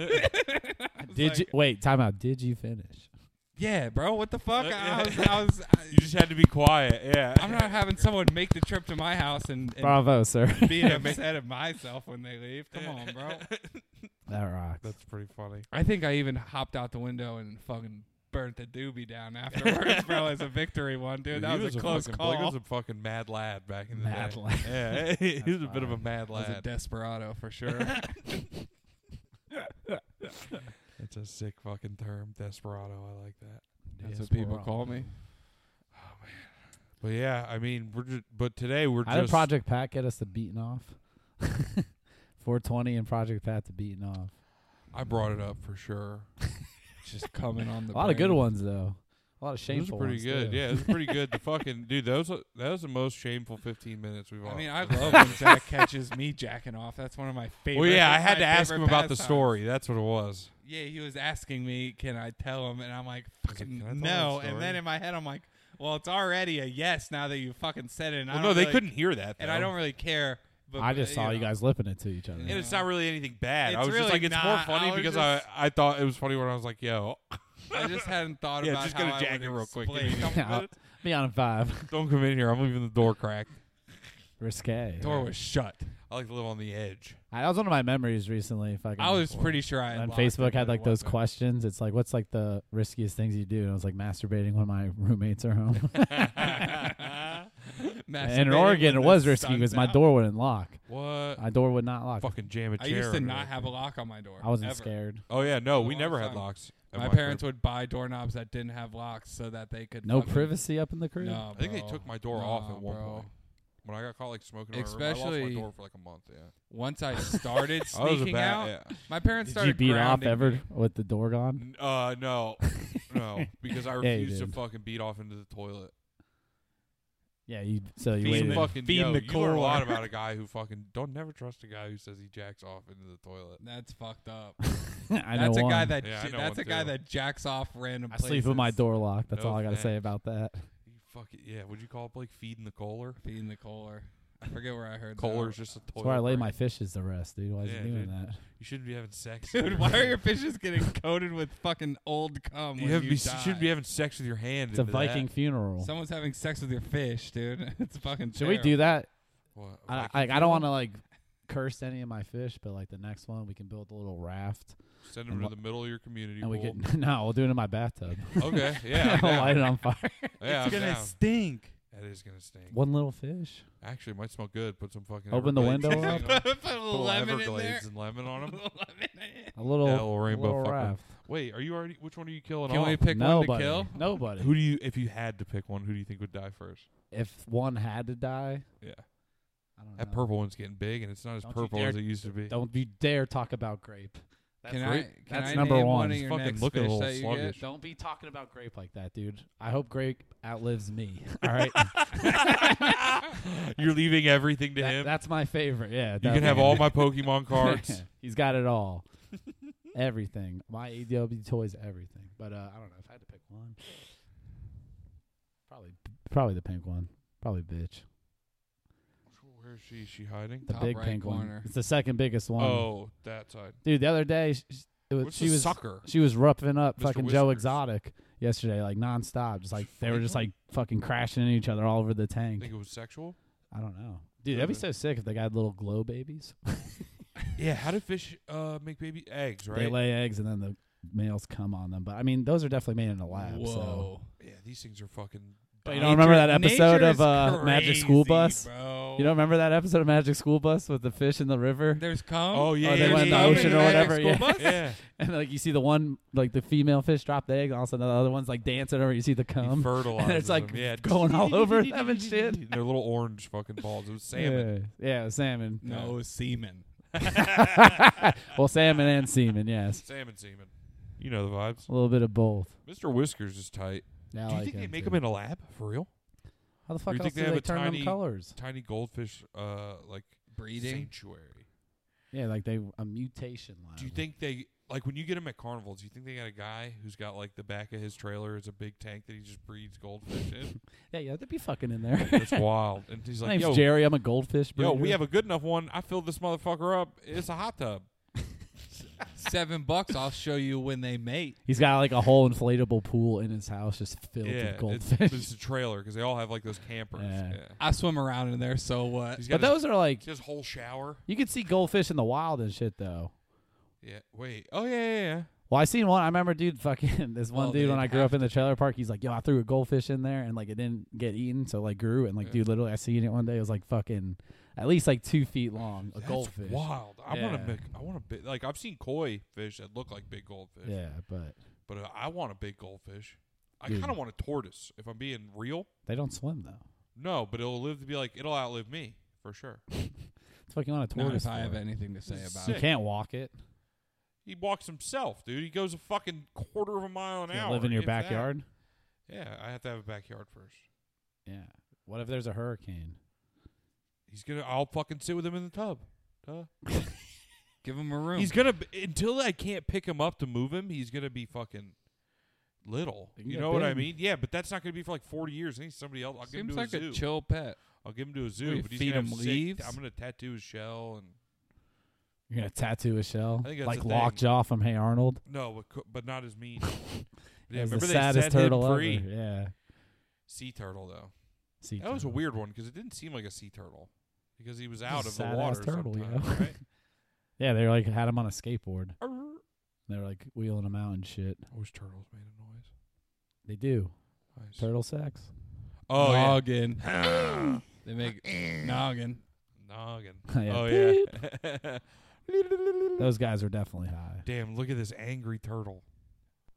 [SPEAKER 3] was
[SPEAKER 1] Did
[SPEAKER 3] like,
[SPEAKER 1] you wait, time out. Did you finish?
[SPEAKER 3] Yeah, bro. What the fuck? I was, I was,
[SPEAKER 2] You just had to be quiet. Yeah.
[SPEAKER 3] I'm not having someone make the trip to my house and, and
[SPEAKER 1] Bravo, sir.
[SPEAKER 3] being upset at myself when they leave. Come on, bro.
[SPEAKER 1] that rocks.
[SPEAKER 2] That's pretty funny.
[SPEAKER 3] I think I even hopped out the window and fucking burnt the doobie down afterwards, bro, as a victory one, dude. that
[SPEAKER 2] he
[SPEAKER 3] was, a close
[SPEAKER 2] fucking,
[SPEAKER 3] call.
[SPEAKER 2] Blake was a fucking mad lad back in the
[SPEAKER 1] Mad
[SPEAKER 2] day.
[SPEAKER 1] lad.
[SPEAKER 2] Yeah, he was a bit of a
[SPEAKER 1] fine.
[SPEAKER 2] mad
[SPEAKER 3] That was a
[SPEAKER 2] lad.
[SPEAKER 3] desperado for sure.
[SPEAKER 2] That's a sick fucking term, desperado. I like that. Oh,
[SPEAKER 3] That's what people call me.
[SPEAKER 2] But yeah, I mean, we're just, but today we're
[SPEAKER 1] How did
[SPEAKER 2] just
[SPEAKER 1] Project Pat get us to beating off? 420 and Project Pat to beating off.
[SPEAKER 2] I brought it up for sure.
[SPEAKER 3] Just coming on the
[SPEAKER 1] A lot of good
[SPEAKER 3] brain.
[SPEAKER 1] ones though. A lot of
[SPEAKER 2] It was
[SPEAKER 1] shameful.
[SPEAKER 2] pretty
[SPEAKER 1] ones,
[SPEAKER 2] good.
[SPEAKER 1] too.
[SPEAKER 2] Yeah, it was pretty good. The fucking dude, that was a, that was the most shameful 15 minutes we've.
[SPEAKER 3] I
[SPEAKER 2] all-
[SPEAKER 3] mean, I love when Zach catches me jacking off. That's one of my favorite.
[SPEAKER 2] Well, yeah, I
[SPEAKER 3] it's
[SPEAKER 2] had
[SPEAKER 3] my
[SPEAKER 2] to ask him
[SPEAKER 3] favorite
[SPEAKER 2] about the
[SPEAKER 3] pastime.
[SPEAKER 2] story. That's what it was.
[SPEAKER 3] Yeah, he was asking me, "Can I tell him?" And I'm like,
[SPEAKER 2] was like,
[SPEAKER 3] "Fucking
[SPEAKER 2] "Can I tell him
[SPEAKER 3] no!"
[SPEAKER 2] that
[SPEAKER 3] And then
[SPEAKER 2] story?"
[SPEAKER 3] in my head, I'm like, "Well, it's already a yes now that you fucking said it." And I
[SPEAKER 2] Well,
[SPEAKER 3] don't
[SPEAKER 2] no, they
[SPEAKER 3] really-
[SPEAKER 2] couldn't hear that.
[SPEAKER 3] and I
[SPEAKER 2] though.
[SPEAKER 3] don't really care. But
[SPEAKER 1] I just
[SPEAKER 3] uh,
[SPEAKER 1] saw you
[SPEAKER 3] know.
[SPEAKER 1] guys lipping it to each other.
[SPEAKER 2] And it's not really anything bad. I
[SPEAKER 3] It's
[SPEAKER 2] was
[SPEAKER 3] really
[SPEAKER 2] just like, it's
[SPEAKER 3] not.
[SPEAKER 2] more
[SPEAKER 3] I
[SPEAKER 2] funny
[SPEAKER 3] was
[SPEAKER 2] because
[SPEAKER 3] just-
[SPEAKER 2] I I thought it was funny when I was like, yo,
[SPEAKER 3] I just hadn't thought
[SPEAKER 2] Yeah,
[SPEAKER 3] about
[SPEAKER 2] just
[SPEAKER 3] how
[SPEAKER 2] gonna
[SPEAKER 3] I
[SPEAKER 2] jack
[SPEAKER 3] would
[SPEAKER 2] it real quick.
[SPEAKER 3] explain
[SPEAKER 2] Give me
[SPEAKER 3] something.
[SPEAKER 1] I'll- Be on in five.
[SPEAKER 2] don't come in here. I'm leaving the door cracked.
[SPEAKER 1] Risque.
[SPEAKER 3] Door was shut.
[SPEAKER 2] I like to live on the edge.
[SPEAKER 1] I, that was one of my memories recently. If I,
[SPEAKER 3] I was pretty sure I. had
[SPEAKER 1] On
[SPEAKER 3] locked
[SPEAKER 1] Facebook
[SPEAKER 3] it,
[SPEAKER 1] had
[SPEAKER 3] but it
[SPEAKER 1] like those
[SPEAKER 3] wasn't.
[SPEAKER 1] questions. It's like, what's like the riskiest things you do? And I was like, masturbating when my roommates are home. and in
[SPEAKER 3] Masturbating
[SPEAKER 1] Oregon, it
[SPEAKER 3] when
[SPEAKER 1] was
[SPEAKER 3] the
[SPEAKER 1] risky
[SPEAKER 3] sun's
[SPEAKER 1] because my
[SPEAKER 3] out.
[SPEAKER 1] door wouldn't lock.
[SPEAKER 2] What?
[SPEAKER 1] My door would not lock.
[SPEAKER 2] fucking jam a
[SPEAKER 3] I
[SPEAKER 2] chair.
[SPEAKER 3] used to
[SPEAKER 2] under
[SPEAKER 3] not
[SPEAKER 2] it.
[SPEAKER 3] have a lock on my door.
[SPEAKER 1] I wasn't
[SPEAKER 3] ever.
[SPEAKER 1] scared.
[SPEAKER 2] Oh yeah, no, we
[SPEAKER 3] a
[SPEAKER 2] never
[SPEAKER 3] long
[SPEAKER 2] had
[SPEAKER 3] time.
[SPEAKER 2] locks. at
[SPEAKER 3] My
[SPEAKER 2] crib.
[SPEAKER 3] parents would buy doorknobs that didn't have locks so that they could.
[SPEAKER 1] No
[SPEAKER 3] fucking-
[SPEAKER 1] privacy up in the crib.
[SPEAKER 3] No,
[SPEAKER 2] I think they
[SPEAKER 3] bro.
[SPEAKER 2] took my door off at
[SPEAKER 3] No,
[SPEAKER 2] one
[SPEAKER 3] bro.
[SPEAKER 2] point. When I got caught like smoking, in my room, I lost my
[SPEAKER 3] Especially-
[SPEAKER 2] door for like a month. Yeah,
[SPEAKER 3] Once I started
[SPEAKER 2] I Oh, was a
[SPEAKER 3] sneaking
[SPEAKER 2] bad-
[SPEAKER 3] out,
[SPEAKER 2] yeah.
[SPEAKER 3] my parents
[SPEAKER 1] Did you
[SPEAKER 3] started
[SPEAKER 1] beat off
[SPEAKER 3] grounding
[SPEAKER 1] ever
[SPEAKER 3] me.
[SPEAKER 1] with the door gone?
[SPEAKER 2] N- Uh, no, no, because I
[SPEAKER 1] Yeah, you
[SPEAKER 2] refused
[SPEAKER 1] did.
[SPEAKER 2] to fucking beat off into the toilet.
[SPEAKER 1] Yeah, you. So you
[SPEAKER 3] Feed
[SPEAKER 2] Feeding
[SPEAKER 3] the-
[SPEAKER 1] waited.
[SPEAKER 2] fucking
[SPEAKER 3] feeding
[SPEAKER 2] yo,
[SPEAKER 3] the
[SPEAKER 2] you learn a lot
[SPEAKER 3] cooler.
[SPEAKER 2] about a guy who fucking don't never trust a guy who says he jacks off into the toilet.
[SPEAKER 3] That's fucked up.
[SPEAKER 1] I know
[SPEAKER 3] that's a
[SPEAKER 1] one.
[SPEAKER 3] guy that
[SPEAKER 2] Yeah, I know
[SPEAKER 3] that's
[SPEAKER 2] one
[SPEAKER 3] a guy
[SPEAKER 2] too.
[SPEAKER 3] that jacks off random.
[SPEAKER 1] I sleep with my
[SPEAKER 3] places.
[SPEAKER 1] door locked. That's
[SPEAKER 2] No
[SPEAKER 1] all I gotta say
[SPEAKER 2] thanks.
[SPEAKER 1] about that.
[SPEAKER 2] You fucking yeah. Would you call it like feeding the Kohler?
[SPEAKER 3] Feeding the Kohler. I forget where I heard. that.
[SPEAKER 2] Kohler's just a toilet.
[SPEAKER 1] That's where I lay
[SPEAKER 2] break.
[SPEAKER 1] my fishes to rest, dude. Why is
[SPEAKER 2] Yeah,
[SPEAKER 1] he doing
[SPEAKER 2] dude.
[SPEAKER 1] that?
[SPEAKER 2] You shouldn't be having sex,
[SPEAKER 3] Dude, why are your fishes getting coated with fucking old cum?
[SPEAKER 2] You,
[SPEAKER 3] when
[SPEAKER 2] have,
[SPEAKER 3] you
[SPEAKER 2] be,
[SPEAKER 3] die?
[SPEAKER 2] shouldn't be having sex with your hand.
[SPEAKER 1] It's a
[SPEAKER 2] into that.
[SPEAKER 1] Viking funeral.
[SPEAKER 3] Someone's having sex with your fish, dude. It's fucking.
[SPEAKER 1] Should we do that?
[SPEAKER 2] What, a
[SPEAKER 1] I,
[SPEAKER 2] Viking
[SPEAKER 1] like, I don't
[SPEAKER 2] funeral?
[SPEAKER 1] want to like curse any of my fish, but like the next one, we can build a little raft,
[SPEAKER 2] Send
[SPEAKER 1] and
[SPEAKER 2] him to
[SPEAKER 1] what-
[SPEAKER 2] the middle of your community.
[SPEAKER 1] and we
[SPEAKER 2] pool.
[SPEAKER 1] can. No, we'll do it in my bathtub.
[SPEAKER 2] okay, yeah, I'm
[SPEAKER 1] I'll
[SPEAKER 2] down.
[SPEAKER 1] light it on fire.
[SPEAKER 2] yeah, I'm
[SPEAKER 3] It's gonna
[SPEAKER 2] down.
[SPEAKER 3] stink.
[SPEAKER 2] that is gonna stink.
[SPEAKER 1] One little fish.
[SPEAKER 2] Actually, it might smell good. Put some fucking
[SPEAKER 1] Open the
[SPEAKER 2] Everglades
[SPEAKER 1] window
[SPEAKER 2] thing
[SPEAKER 1] up.
[SPEAKER 2] on.
[SPEAKER 3] Put
[SPEAKER 2] Put
[SPEAKER 3] a little lemon in there.
[SPEAKER 2] Everglades and lemon on them.
[SPEAKER 1] A little,
[SPEAKER 2] Yeah, a little
[SPEAKER 1] a
[SPEAKER 2] rainbow
[SPEAKER 1] little
[SPEAKER 2] fucker.
[SPEAKER 1] raft.
[SPEAKER 2] Wait, are you already? Which one are you killing
[SPEAKER 3] Can
[SPEAKER 2] off?
[SPEAKER 3] we pick one
[SPEAKER 1] Nobody.
[SPEAKER 3] to kill?
[SPEAKER 1] Nobody.
[SPEAKER 2] Who do you? If you had to pick one, who do you think would die first?
[SPEAKER 1] if one had to die,
[SPEAKER 2] Yeah.
[SPEAKER 1] I don't
[SPEAKER 2] That
[SPEAKER 1] know.
[SPEAKER 2] purple one's getting big, and it's not as
[SPEAKER 1] Don't you
[SPEAKER 2] purple
[SPEAKER 1] dare-
[SPEAKER 2] as it used to be.
[SPEAKER 1] Don't you dare talk about grape.
[SPEAKER 3] Can I?
[SPEAKER 2] great.
[SPEAKER 3] Can
[SPEAKER 1] That's
[SPEAKER 3] I
[SPEAKER 1] number
[SPEAKER 3] name
[SPEAKER 1] one.
[SPEAKER 3] of
[SPEAKER 1] He's
[SPEAKER 3] your
[SPEAKER 2] fucking
[SPEAKER 3] next
[SPEAKER 2] looking a
[SPEAKER 3] fish
[SPEAKER 2] little
[SPEAKER 3] that you get?
[SPEAKER 2] sluggish.
[SPEAKER 1] Don't be talking about grape like that, dude. I hope grape outlives me. All right,
[SPEAKER 2] You're leaving everything to
[SPEAKER 1] That-
[SPEAKER 2] him.
[SPEAKER 1] that's my favorite. Yeah,
[SPEAKER 2] you can have all my Pokemon cards.
[SPEAKER 1] He's got it all. everything. My ADLB toys, everything. But uh, I don't know if I had to pick one. Probably, probably the pink one. Probably bitch.
[SPEAKER 2] Where is she? Is she hiding?
[SPEAKER 1] The
[SPEAKER 3] Top
[SPEAKER 1] big
[SPEAKER 3] right
[SPEAKER 1] pink one.
[SPEAKER 3] corner.
[SPEAKER 1] It's the second biggest one.
[SPEAKER 2] Oh, that side.
[SPEAKER 1] Dude, the other day, she, it was,
[SPEAKER 2] What's
[SPEAKER 1] she
[SPEAKER 2] the
[SPEAKER 1] was
[SPEAKER 2] sucker?
[SPEAKER 1] she was roughing up
[SPEAKER 2] Mr.
[SPEAKER 1] fucking Joe
[SPEAKER 2] Whiskers.
[SPEAKER 1] Exotic yesterday, like nonstop. Just like they were just
[SPEAKER 2] Really?
[SPEAKER 1] like fucking crashing into each other all over the tank.
[SPEAKER 2] Think it was sexual?
[SPEAKER 1] I don't know. Dude, that'd be so sick if they got little glow babies.
[SPEAKER 2] Yeah. How do fish uh, make baby eggs? Right.
[SPEAKER 1] They lay eggs and then the males come on them. But I mean, those are definitely made in a lab. So.
[SPEAKER 3] Whoa.
[SPEAKER 2] yeah. These things are fucking.
[SPEAKER 1] But you
[SPEAKER 2] dying.
[SPEAKER 1] don't remember that
[SPEAKER 3] Nature-
[SPEAKER 1] episode
[SPEAKER 3] nature
[SPEAKER 1] of
[SPEAKER 3] is
[SPEAKER 1] uh, Magic School
[SPEAKER 3] crazy,
[SPEAKER 1] Bus?
[SPEAKER 3] bro.
[SPEAKER 1] You don't remember that episode of Magic School Bus with the fish in the river?
[SPEAKER 3] there's cum.
[SPEAKER 2] Oh yeah.
[SPEAKER 1] Oh, they
[SPEAKER 2] yeah,
[SPEAKER 1] went in the
[SPEAKER 2] yeah,
[SPEAKER 1] ocean
[SPEAKER 2] yeah,
[SPEAKER 1] or
[SPEAKER 2] yeah.
[SPEAKER 1] whatever, yeah.
[SPEAKER 2] Yeah.
[SPEAKER 1] And like you see the one, like the female fish drop the egg, and all of a sudden the other one's like dancing over. You see the
[SPEAKER 2] He
[SPEAKER 1] cum.
[SPEAKER 2] fertilizes
[SPEAKER 1] Um, it's like
[SPEAKER 2] them. yeah,
[SPEAKER 1] going all over them and shit.
[SPEAKER 2] And Their little orange fucking balls. It was salmon.
[SPEAKER 1] Yeah, yeah salmon.
[SPEAKER 3] No semen.
[SPEAKER 1] well, salmon and semen, yes.
[SPEAKER 2] Salmon semen. You know the vibes.
[SPEAKER 1] A little bit of both.
[SPEAKER 2] Mr. Whiskers is tight.
[SPEAKER 1] Yeah, I
[SPEAKER 2] do you
[SPEAKER 1] like
[SPEAKER 2] think they
[SPEAKER 1] him,
[SPEAKER 2] make
[SPEAKER 1] too.
[SPEAKER 2] them in a lab for real?
[SPEAKER 1] How the fuck
[SPEAKER 2] you
[SPEAKER 1] else
[SPEAKER 2] think
[SPEAKER 1] do
[SPEAKER 2] they have
[SPEAKER 1] they
[SPEAKER 2] a
[SPEAKER 1] turn them
[SPEAKER 2] tiny-
[SPEAKER 1] colors?
[SPEAKER 2] Tiny goldfish, uh, like
[SPEAKER 3] Breeding.
[SPEAKER 2] sanctuary.
[SPEAKER 1] Yeah, like they a mutation line.
[SPEAKER 2] Do you think they like when you get them at carnivals? Do you think they got a guy who's got like the back of his trailer is a big tank that he just breeds goldfish in?
[SPEAKER 1] Yeah, yeah, they'd be fucking in there.
[SPEAKER 2] That's wild. And he's
[SPEAKER 1] My
[SPEAKER 2] like,
[SPEAKER 1] name's
[SPEAKER 2] yo,
[SPEAKER 1] Jerry. I'm a goldfish breeder.
[SPEAKER 2] yo, we have a good enough one. I filled this motherfucker up. It's a hot tub.
[SPEAKER 3] Seven bucks. I'll show you when they mate.
[SPEAKER 1] He's got like a whole inflatable pool in his house just filled
[SPEAKER 2] yeah,
[SPEAKER 1] with
[SPEAKER 2] it's, but
[SPEAKER 1] goldfish.
[SPEAKER 2] it's a trailer because they all have like those campers.
[SPEAKER 1] Yeah.
[SPEAKER 2] Yeah.
[SPEAKER 3] I swim around in there. So what?
[SPEAKER 2] He's got
[SPEAKER 1] But
[SPEAKER 2] his,
[SPEAKER 1] those are like
[SPEAKER 2] he's got his whole shower.
[SPEAKER 1] you could see goldfish in the wild and shit though.
[SPEAKER 2] Yeah. Wait. Oh yeah, yeah, yeah.
[SPEAKER 1] Well, I seen one. I remember, dude, fucking this one
[SPEAKER 3] Well,
[SPEAKER 1] dude when
[SPEAKER 3] they'd
[SPEAKER 1] I grew
[SPEAKER 3] have
[SPEAKER 1] up in the trailer park. He's like, yo, I threw a goldfish in there and like it didn't get eaten, so like grew and like,
[SPEAKER 3] Yeah.
[SPEAKER 1] dude, literally, I seen it one day. It was like fucking at least like two feet long, a
[SPEAKER 2] That's
[SPEAKER 1] goldfish.
[SPEAKER 2] Wild. I want
[SPEAKER 1] Yeah.
[SPEAKER 2] to make. I want a big. Like I've seen koi fish that look like big goldfish.
[SPEAKER 1] Yeah, but
[SPEAKER 2] But uh, I want a big goldfish. I
[SPEAKER 1] Dude.
[SPEAKER 2] kind of want a tortoise. If I'm being real,
[SPEAKER 1] they don't swim though.
[SPEAKER 2] no. But it'll live to be like it'll outlive me for sure.
[SPEAKER 1] It's fucking on a
[SPEAKER 3] Not
[SPEAKER 1] tortoise.
[SPEAKER 3] if I have
[SPEAKER 1] for.
[SPEAKER 3] anything to say
[SPEAKER 2] This is
[SPEAKER 3] about
[SPEAKER 1] you
[SPEAKER 2] sick.
[SPEAKER 3] it.
[SPEAKER 1] can't walk it.
[SPEAKER 2] He walks himself, dude. He goes a fucking quarter of a mile an
[SPEAKER 1] You
[SPEAKER 2] hour.
[SPEAKER 1] live in your
[SPEAKER 2] if that.
[SPEAKER 1] backyard.
[SPEAKER 2] Yeah, I have to have a backyard first.
[SPEAKER 1] Yeah. What if there's a hurricane?
[SPEAKER 2] He's gonna. I'll fucking sit with him in the tub. Duh.
[SPEAKER 3] Give him a room.
[SPEAKER 2] He's gonna b- until I can't pick him up to move him. He's gonna be fucking little.
[SPEAKER 1] He can
[SPEAKER 2] You
[SPEAKER 1] get
[SPEAKER 2] know what I
[SPEAKER 1] big.
[SPEAKER 2] mean? Yeah, but that's not gonna be for like forty years. I need somebody else. I'll give him
[SPEAKER 3] Seems
[SPEAKER 2] to
[SPEAKER 3] like
[SPEAKER 2] a
[SPEAKER 3] a,
[SPEAKER 2] zoo.
[SPEAKER 3] chill pet.
[SPEAKER 2] I'll give him to a zoo.
[SPEAKER 3] you
[SPEAKER 2] but he's
[SPEAKER 3] feed
[SPEAKER 2] gonna
[SPEAKER 3] him
[SPEAKER 2] have sick-
[SPEAKER 3] leaves?
[SPEAKER 2] I'm gonna tattoo his shell and
[SPEAKER 1] You're gonna tattoo his shell,
[SPEAKER 2] I think that's
[SPEAKER 1] like
[SPEAKER 2] the thing.
[SPEAKER 1] Lockjaw from Hey Arnold.
[SPEAKER 2] no, but, co- but not as mean. yeah,
[SPEAKER 1] He's
[SPEAKER 2] remember
[SPEAKER 1] the
[SPEAKER 2] they
[SPEAKER 1] saddest
[SPEAKER 2] set
[SPEAKER 1] turtle
[SPEAKER 2] him
[SPEAKER 1] ever.
[SPEAKER 2] free.
[SPEAKER 1] Yeah.
[SPEAKER 2] Sea turtle though.
[SPEAKER 1] Sea
[SPEAKER 2] that was a
[SPEAKER 1] turtle.
[SPEAKER 2] weird one because it didn't seem like a sea turtle because he was out
[SPEAKER 1] a
[SPEAKER 2] of the
[SPEAKER 1] sad-ass
[SPEAKER 2] water.
[SPEAKER 1] turtle, you
[SPEAKER 2] sometime,
[SPEAKER 1] know?
[SPEAKER 2] right?
[SPEAKER 1] Yeah, they were like had him on a skateboard.
[SPEAKER 2] Arr.
[SPEAKER 1] They were like wheeling him out and shit.
[SPEAKER 2] I wish turtles made a noise.
[SPEAKER 1] They do
[SPEAKER 2] Nice.
[SPEAKER 1] turtle sex.
[SPEAKER 2] Oh yeah.
[SPEAKER 3] noggin. they make noggin.
[SPEAKER 2] Noggin.
[SPEAKER 1] Yeah.
[SPEAKER 2] Oh yeah.
[SPEAKER 1] Those guys are definitely high.
[SPEAKER 2] Damn, look at this angry turtle.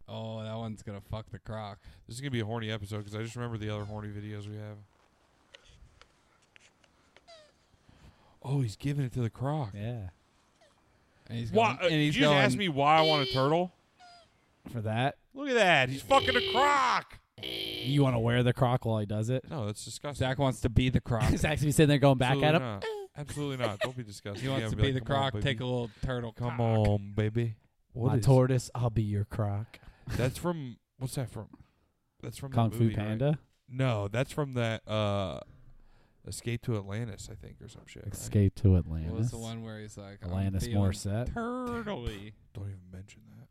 [SPEAKER 3] Oh, that one's gonna fuck the croc.
[SPEAKER 2] This is gonna be a horny episode because I just remember the other horny videos we have. Oh, he's giving it to the croc.
[SPEAKER 1] Yeah,
[SPEAKER 3] And he's
[SPEAKER 2] Why? uh,
[SPEAKER 3] going. and
[SPEAKER 2] you
[SPEAKER 3] he's
[SPEAKER 2] just
[SPEAKER 3] going,
[SPEAKER 2] asked me why I want a turtle.
[SPEAKER 1] for that
[SPEAKER 2] Look at that. He's fucking a croc.
[SPEAKER 1] you want to wear the croc while he does it.
[SPEAKER 2] No, that's disgusting.
[SPEAKER 3] Zach wants to be the croc.
[SPEAKER 1] He's actually sitting there going back at
[SPEAKER 2] Absolutely
[SPEAKER 1] him.
[SPEAKER 2] Not. Absolutely not. Don't be disgusting.
[SPEAKER 3] He wants
[SPEAKER 2] Yeah,
[SPEAKER 3] to
[SPEAKER 2] be,
[SPEAKER 3] be,
[SPEAKER 2] like,
[SPEAKER 3] the
[SPEAKER 2] "Come on,
[SPEAKER 3] croc. Take
[SPEAKER 2] baby.
[SPEAKER 3] a little turtle.
[SPEAKER 2] Come
[SPEAKER 3] cock.
[SPEAKER 2] on, baby. What
[SPEAKER 1] My
[SPEAKER 2] is-
[SPEAKER 1] tortoise, I'll be your croc.
[SPEAKER 2] That's from what's that from? That's from that
[SPEAKER 1] Kung Fu
[SPEAKER 2] movie, right?
[SPEAKER 1] Panda.
[SPEAKER 2] No, that's from that uh Escape to Atlantis, I think, or some shit. right?
[SPEAKER 1] Escape to
[SPEAKER 3] What
[SPEAKER 1] Atlantis.
[SPEAKER 3] was the one where he's like, I'm
[SPEAKER 1] Atlantis
[SPEAKER 3] feeling
[SPEAKER 1] Morissette.
[SPEAKER 3] Turtly.
[SPEAKER 2] Don't even mention that.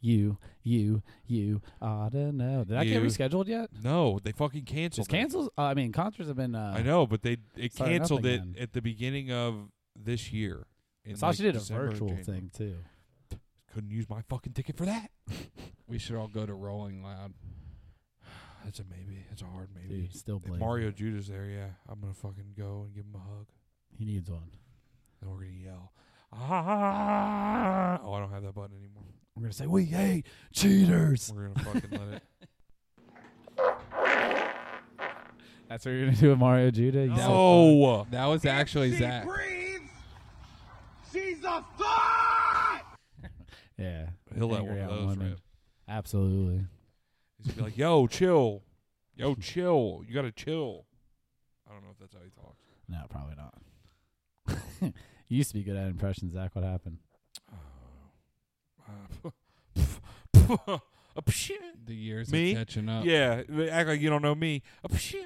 [SPEAKER 1] you, you, you. I don't know. Did I get
[SPEAKER 2] You.
[SPEAKER 1] rescheduled yet?
[SPEAKER 2] No, they fucking
[SPEAKER 1] Just
[SPEAKER 2] canceled. it.
[SPEAKER 1] cancels. Uh, I mean, concerts have been. Uh,
[SPEAKER 2] I know, but they it
[SPEAKER 1] starting up
[SPEAKER 2] canceled it
[SPEAKER 1] again.
[SPEAKER 2] at the beginning of this year.
[SPEAKER 1] I
[SPEAKER 2] in,
[SPEAKER 1] saw
[SPEAKER 2] like,
[SPEAKER 1] she did a
[SPEAKER 2] December or
[SPEAKER 1] virtual
[SPEAKER 2] January.
[SPEAKER 1] thing too.
[SPEAKER 2] Couldn't use my fucking ticket for that.
[SPEAKER 3] We should all go to Rolling Loud.
[SPEAKER 2] That's a maybe. That's a hard maybe.
[SPEAKER 1] Dude, still
[SPEAKER 2] If
[SPEAKER 1] Blake.
[SPEAKER 2] Mario Judas there, yeah. I'm gonna fucking go and give him a hug.
[SPEAKER 1] He needs one.
[SPEAKER 2] Then we're gonna yell. Ah! Oh, I don't have that button anymore.
[SPEAKER 1] We're gonna say we hate cheaters.
[SPEAKER 2] We're gonna fucking let it.
[SPEAKER 1] That's what you're gonna do with Mario Judah. You said-
[SPEAKER 2] No.
[SPEAKER 3] That was actually Zach.
[SPEAKER 4] breathes, she's a thought!
[SPEAKER 1] Yeah.
[SPEAKER 2] He'll let
[SPEAKER 1] Angry
[SPEAKER 2] one of
[SPEAKER 1] Young
[SPEAKER 2] those
[SPEAKER 1] Women.
[SPEAKER 2] rip.
[SPEAKER 1] Absolutely.
[SPEAKER 2] He's gonna be like, "Yo, chill, yo, chill. You gotta chill." I don't know if that's how he talks.
[SPEAKER 1] No, probably not. you used to be good at impressions, Zach. What happened?
[SPEAKER 2] Uh, a psh-
[SPEAKER 3] The years
[SPEAKER 2] Me?
[SPEAKER 3] are catching
[SPEAKER 1] Uh.
[SPEAKER 3] up.
[SPEAKER 2] yeah, they act like you don't know me. A psh-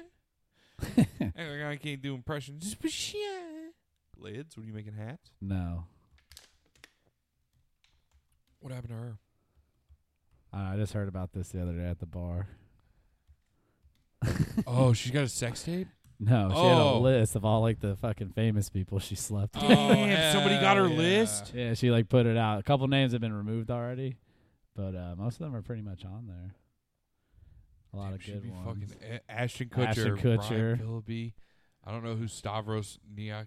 [SPEAKER 2] act like I can't do impressions. Just psh- Lids? What are you making hats?
[SPEAKER 1] No.
[SPEAKER 2] What happened to her?
[SPEAKER 1] Uh, I just heard about this the other day at the bar.
[SPEAKER 2] oh, she's got a sex tape.
[SPEAKER 1] No, she had a
[SPEAKER 2] Oh.
[SPEAKER 1] list of all like the fucking famous people she slept with.
[SPEAKER 3] Oh,
[SPEAKER 2] Damn, somebody got her
[SPEAKER 3] hell yeah.
[SPEAKER 2] list?
[SPEAKER 1] Yeah, she like put it out. A couple names have been removed already, but uh, most of them are pretty much on there. A lot
[SPEAKER 2] Damn,
[SPEAKER 1] of
[SPEAKER 2] she'd
[SPEAKER 1] good
[SPEAKER 2] be
[SPEAKER 1] ones.
[SPEAKER 2] fucking A- Ashton Kutcher,
[SPEAKER 1] Ashton
[SPEAKER 2] Brian
[SPEAKER 1] Kutcher.
[SPEAKER 2] Phillippe. I don't know who Stavros Niak.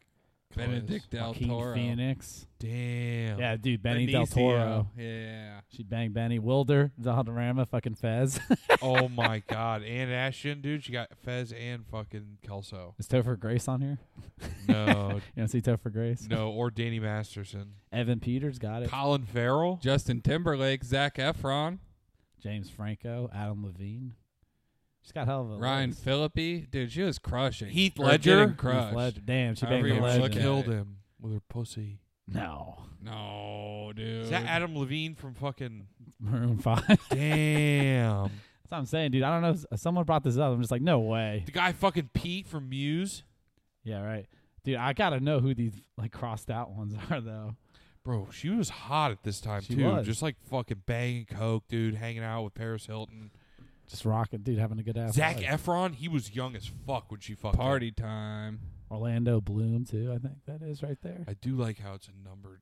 [SPEAKER 3] Benedict Del
[SPEAKER 1] Joaquin
[SPEAKER 3] Toro.
[SPEAKER 1] Phoenix.
[SPEAKER 2] Damn.
[SPEAKER 1] Yeah, dude, Benny Del
[SPEAKER 3] Benicio.
[SPEAKER 1] Toro.
[SPEAKER 3] Yeah.
[SPEAKER 1] She'd bang Benny Wilder, Valderrama, fucking Fez.
[SPEAKER 2] oh my god. And Ashton, dude, she got Fez and fucking Kelso.
[SPEAKER 1] Is Topher Grace on here?
[SPEAKER 2] No,
[SPEAKER 1] You don't see Topher Grace?
[SPEAKER 2] no, or Danny Masterson.
[SPEAKER 1] Evan Peters got it.
[SPEAKER 2] Colin Farrell.
[SPEAKER 3] Justin Timberlake, Zach Efron,
[SPEAKER 1] James Franco, Adam Levine. She's got hell of a
[SPEAKER 3] Ryan
[SPEAKER 1] list.
[SPEAKER 3] Phillippe. Dude, she was crushing.
[SPEAKER 2] Heath
[SPEAKER 3] Or
[SPEAKER 2] Ledger?
[SPEAKER 3] getting
[SPEAKER 2] Heath
[SPEAKER 3] crushed.
[SPEAKER 1] Heath Ledger. Damn, she
[SPEAKER 3] However
[SPEAKER 1] banged a
[SPEAKER 3] you wanna
[SPEAKER 2] Damn, she
[SPEAKER 3] look
[SPEAKER 1] legend.
[SPEAKER 3] at it.
[SPEAKER 2] killed him with her pussy.
[SPEAKER 1] No,
[SPEAKER 3] No, dude.
[SPEAKER 2] Is that Adam Levine from fucking?
[SPEAKER 1] Maroon Five. That's
[SPEAKER 2] Damn,
[SPEAKER 1] what I'm saying, dude. I don't know. if s- Someone brought this up. I'm just like, no way.
[SPEAKER 2] the guy fucking Pete from Muse,
[SPEAKER 1] Yeah, right, dude. I gotta know who these like crossed out ones are, though.
[SPEAKER 2] bro. She was hot at this time
[SPEAKER 1] She
[SPEAKER 2] too.
[SPEAKER 1] was.
[SPEAKER 2] Just like fucking banging coke, dude, hanging out with Paris Hilton.
[SPEAKER 1] Just rocking, dude. Having a good ass.
[SPEAKER 2] Zach
[SPEAKER 1] life.
[SPEAKER 2] Efron, he was young as fuck when she fucked him.
[SPEAKER 3] Party time.
[SPEAKER 1] Orlando Bloom too. I think that is right there.
[SPEAKER 2] I do like how it's a numbered.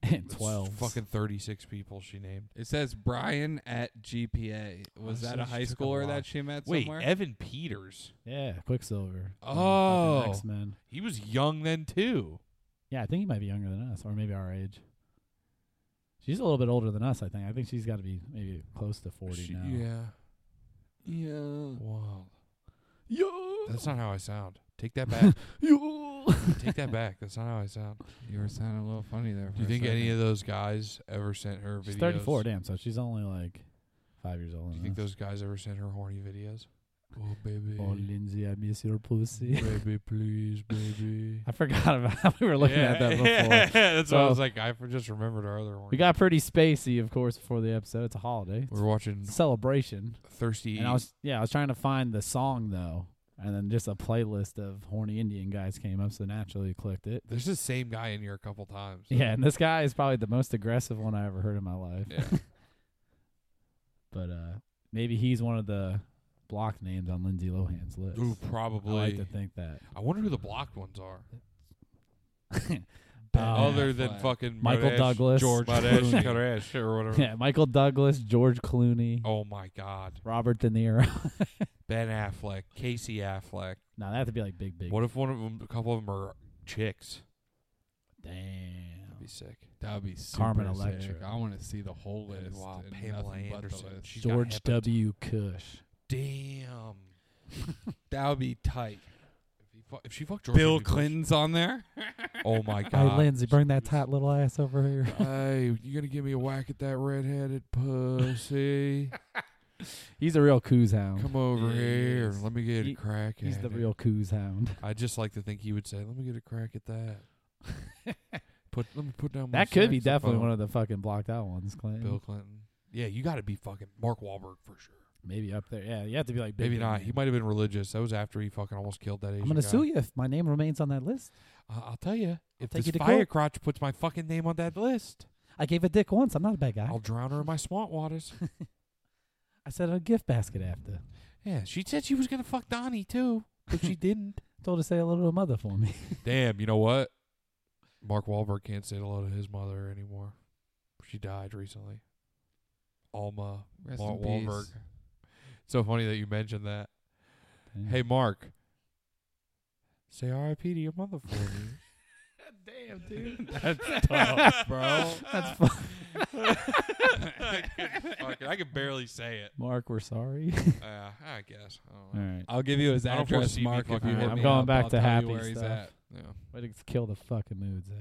[SPEAKER 1] and twelve.
[SPEAKER 2] Fucking 36 people she named.
[SPEAKER 3] It says Brian at GPA. Was
[SPEAKER 2] Oh,
[SPEAKER 3] that
[SPEAKER 2] so
[SPEAKER 3] a high
[SPEAKER 2] she took a
[SPEAKER 3] schooler
[SPEAKER 2] lot.
[SPEAKER 3] that she met
[SPEAKER 2] Wait, eh?
[SPEAKER 3] somewhere?
[SPEAKER 2] Evan Peters.
[SPEAKER 1] Yeah, Quicksilver.
[SPEAKER 2] Oh.
[SPEAKER 1] X Men.
[SPEAKER 2] He was young then too.
[SPEAKER 1] Yeah, I think he might be younger than us, or maybe our age. She's a little bit older than us, I think. I think she's got to be maybe close to forty
[SPEAKER 2] She-
[SPEAKER 1] now.
[SPEAKER 2] Yeah.
[SPEAKER 3] yeah.
[SPEAKER 2] Wow.
[SPEAKER 1] Yo,
[SPEAKER 2] That's not how I sound. Take that back.
[SPEAKER 1] yo.
[SPEAKER 2] Take that back. That's not how I sound.
[SPEAKER 3] You were sounding a little funny there.
[SPEAKER 2] Do you think any of those guys ever sent her videos?
[SPEAKER 1] She's thirty-four. Damn, so she's only like five years older.
[SPEAKER 2] Do you
[SPEAKER 1] than
[SPEAKER 2] think
[SPEAKER 1] us.
[SPEAKER 2] those guys ever sent her horny videos? Oh baby.
[SPEAKER 1] Oh, Lindsay, I miss your pussy.
[SPEAKER 2] baby, please, baby.
[SPEAKER 1] I forgot about how we were looking at that before.
[SPEAKER 2] that's why I was
[SPEAKER 1] So-
[SPEAKER 2] like, I f- just remembered our other one.
[SPEAKER 1] We got pretty spacey, of course, before the episode. It's a holiday. It's
[SPEAKER 2] We're watching
[SPEAKER 1] a celebration.
[SPEAKER 2] Thirsty.
[SPEAKER 1] And I was yeah, I was trying to find the song though. And then just a playlist of horny Indian guys came up, so naturally clicked it.
[SPEAKER 2] There's the same guy in here a couple times.
[SPEAKER 1] Yeah, and this guy is probably the most aggressive one I ever heard in my life.
[SPEAKER 2] Yeah.
[SPEAKER 1] But uh maybe he's one of the block names on Lindsay Lohan's list.
[SPEAKER 2] Ooh,
[SPEAKER 1] I
[SPEAKER 2] probably.
[SPEAKER 1] like to think that.
[SPEAKER 2] I wonder who the blocked ones are.
[SPEAKER 1] Um,
[SPEAKER 2] Other than
[SPEAKER 3] Affleck.
[SPEAKER 2] fucking
[SPEAKER 1] Michael
[SPEAKER 2] Madash,
[SPEAKER 1] Douglas,
[SPEAKER 2] George
[SPEAKER 1] Clooney.
[SPEAKER 2] Madash, Kardashian, or whatever.
[SPEAKER 1] yeah, Michael Douglas, George Clooney,
[SPEAKER 2] Oh my God,
[SPEAKER 1] Robert De Niro.
[SPEAKER 2] Ben Affleck, Casey Affleck.
[SPEAKER 1] now that would be like big, big.
[SPEAKER 2] What if one of them, a couple of them are chicks?
[SPEAKER 1] Damn.
[SPEAKER 2] That'd be sick.
[SPEAKER 3] That would be super
[SPEAKER 1] Carmen
[SPEAKER 3] sick.
[SPEAKER 1] Electra.
[SPEAKER 3] I want to see the whole
[SPEAKER 2] And
[SPEAKER 3] list.
[SPEAKER 2] wow,
[SPEAKER 3] and
[SPEAKER 2] Pamela
[SPEAKER 3] nothing but the
[SPEAKER 2] Anderson.
[SPEAKER 3] list.
[SPEAKER 2] She's got
[SPEAKER 1] George
[SPEAKER 2] hepat-
[SPEAKER 1] W. Cush.
[SPEAKER 2] Damn.
[SPEAKER 3] That would be tight.
[SPEAKER 2] If, he fu- if she fucked George
[SPEAKER 3] Bill
[SPEAKER 2] W. Bush-
[SPEAKER 3] Clinton's on there.
[SPEAKER 2] Oh my
[SPEAKER 1] Hey,
[SPEAKER 2] God.
[SPEAKER 1] Lindsay, bring that tight little ass over here.
[SPEAKER 2] Hey, you gonna give me a whack at that redheaded pussy?
[SPEAKER 1] He's a real coos hound.
[SPEAKER 2] Come over
[SPEAKER 3] Yes.
[SPEAKER 2] here. Let me get
[SPEAKER 1] He-
[SPEAKER 2] a crack
[SPEAKER 1] He's
[SPEAKER 2] at
[SPEAKER 1] the
[SPEAKER 2] it.
[SPEAKER 1] real coos hound.
[SPEAKER 2] I just like to think he would say, "Let me get a crack at that." put let me put down.
[SPEAKER 1] That could be definitely one of the fucking blocked out ones, Clinton.
[SPEAKER 2] Bill Clinton. Yeah, you got to be fucking Mark Wahlberg for sure.
[SPEAKER 1] Maybe up there. Yeah, you have to be like big
[SPEAKER 2] Maybe
[SPEAKER 1] big
[SPEAKER 2] not.
[SPEAKER 1] man.
[SPEAKER 2] He might have been religious. That was after he fucking almost killed that Asian
[SPEAKER 1] I'm gonna
[SPEAKER 2] guy.
[SPEAKER 1] sue you if my name remains on that list.
[SPEAKER 2] I- I'll tell you. If
[SPEAKER 1] take
[SPEAKER 2] this
[SPEAKER 1] you to
[SPEAKER 2] fire
[SPEAKER 1] court.
[SPEAKER 2] crotch puts my fucking name on that list,
[SPEAKER 1] I gave a dick once. I'm not a bad guy.
[SPEAKER 2] I'll drown her in my swamp waters.
[SPEAKER 1] I said a gift basket after.
[SPEAKER 2] yeah, she said she was gonna fuck Donnie too, but she didn't.
[SPEAKER 1] Told her to say hello to her mother for me.
[SPEAKER 2] Damn, you know what? Mark Wahlberg can't say hello to his mother anymore. She died recently. Alma
[SPEAKER 3] Rest
[SPEAKER 2] Mark
[SPEAKER 3] in peace.
[SPEAKER 2] Wahlberg. So funny that you mentioned that. Hey, Mark. Say R.I.P. to your mother for me.
[SPEAKER 1] damn dude,
[SPEAKER 3] That's tough, bro.
[SPEAKER 1] that's fun.
[SPEAKER 2] Fuck it, I can barely say it.
[SPEAKER 1] Mark, we're sorry.
[SPEAKER 2] Uh, I guess. I don't
[SPEAKER 1] All
[SPEAKER 2] know.
[SPEAKER 1] right,
[SPEAKER 3] I'll give you his
[SPEAKER 2] I don't
[SPEAKER 3] address,
[SPEAKER 2] foresee me
[SPEAKER 3] Mark. If
[SPEAKER 2] fucking
[SPEAKER 3] you hit
[SPEAKER 1] around.
[SPEAKER 3] me
[SPEAKER 1] I'm going
[SPEAKER 3] up,
[SPEAKER 1] back
[SPEAKER 3] I'll
[SPEAKER 1] to
[SPEAKER 3] tell you
[SPEAKER 1] happy
[SPEAKER 3] where he's
[SPEAKER 1] stuff.
[SPEAKER 3] at.
[SPEAKER 2] Yeah.
[SPEAKER 1] way to kill the fucking mood, Zach.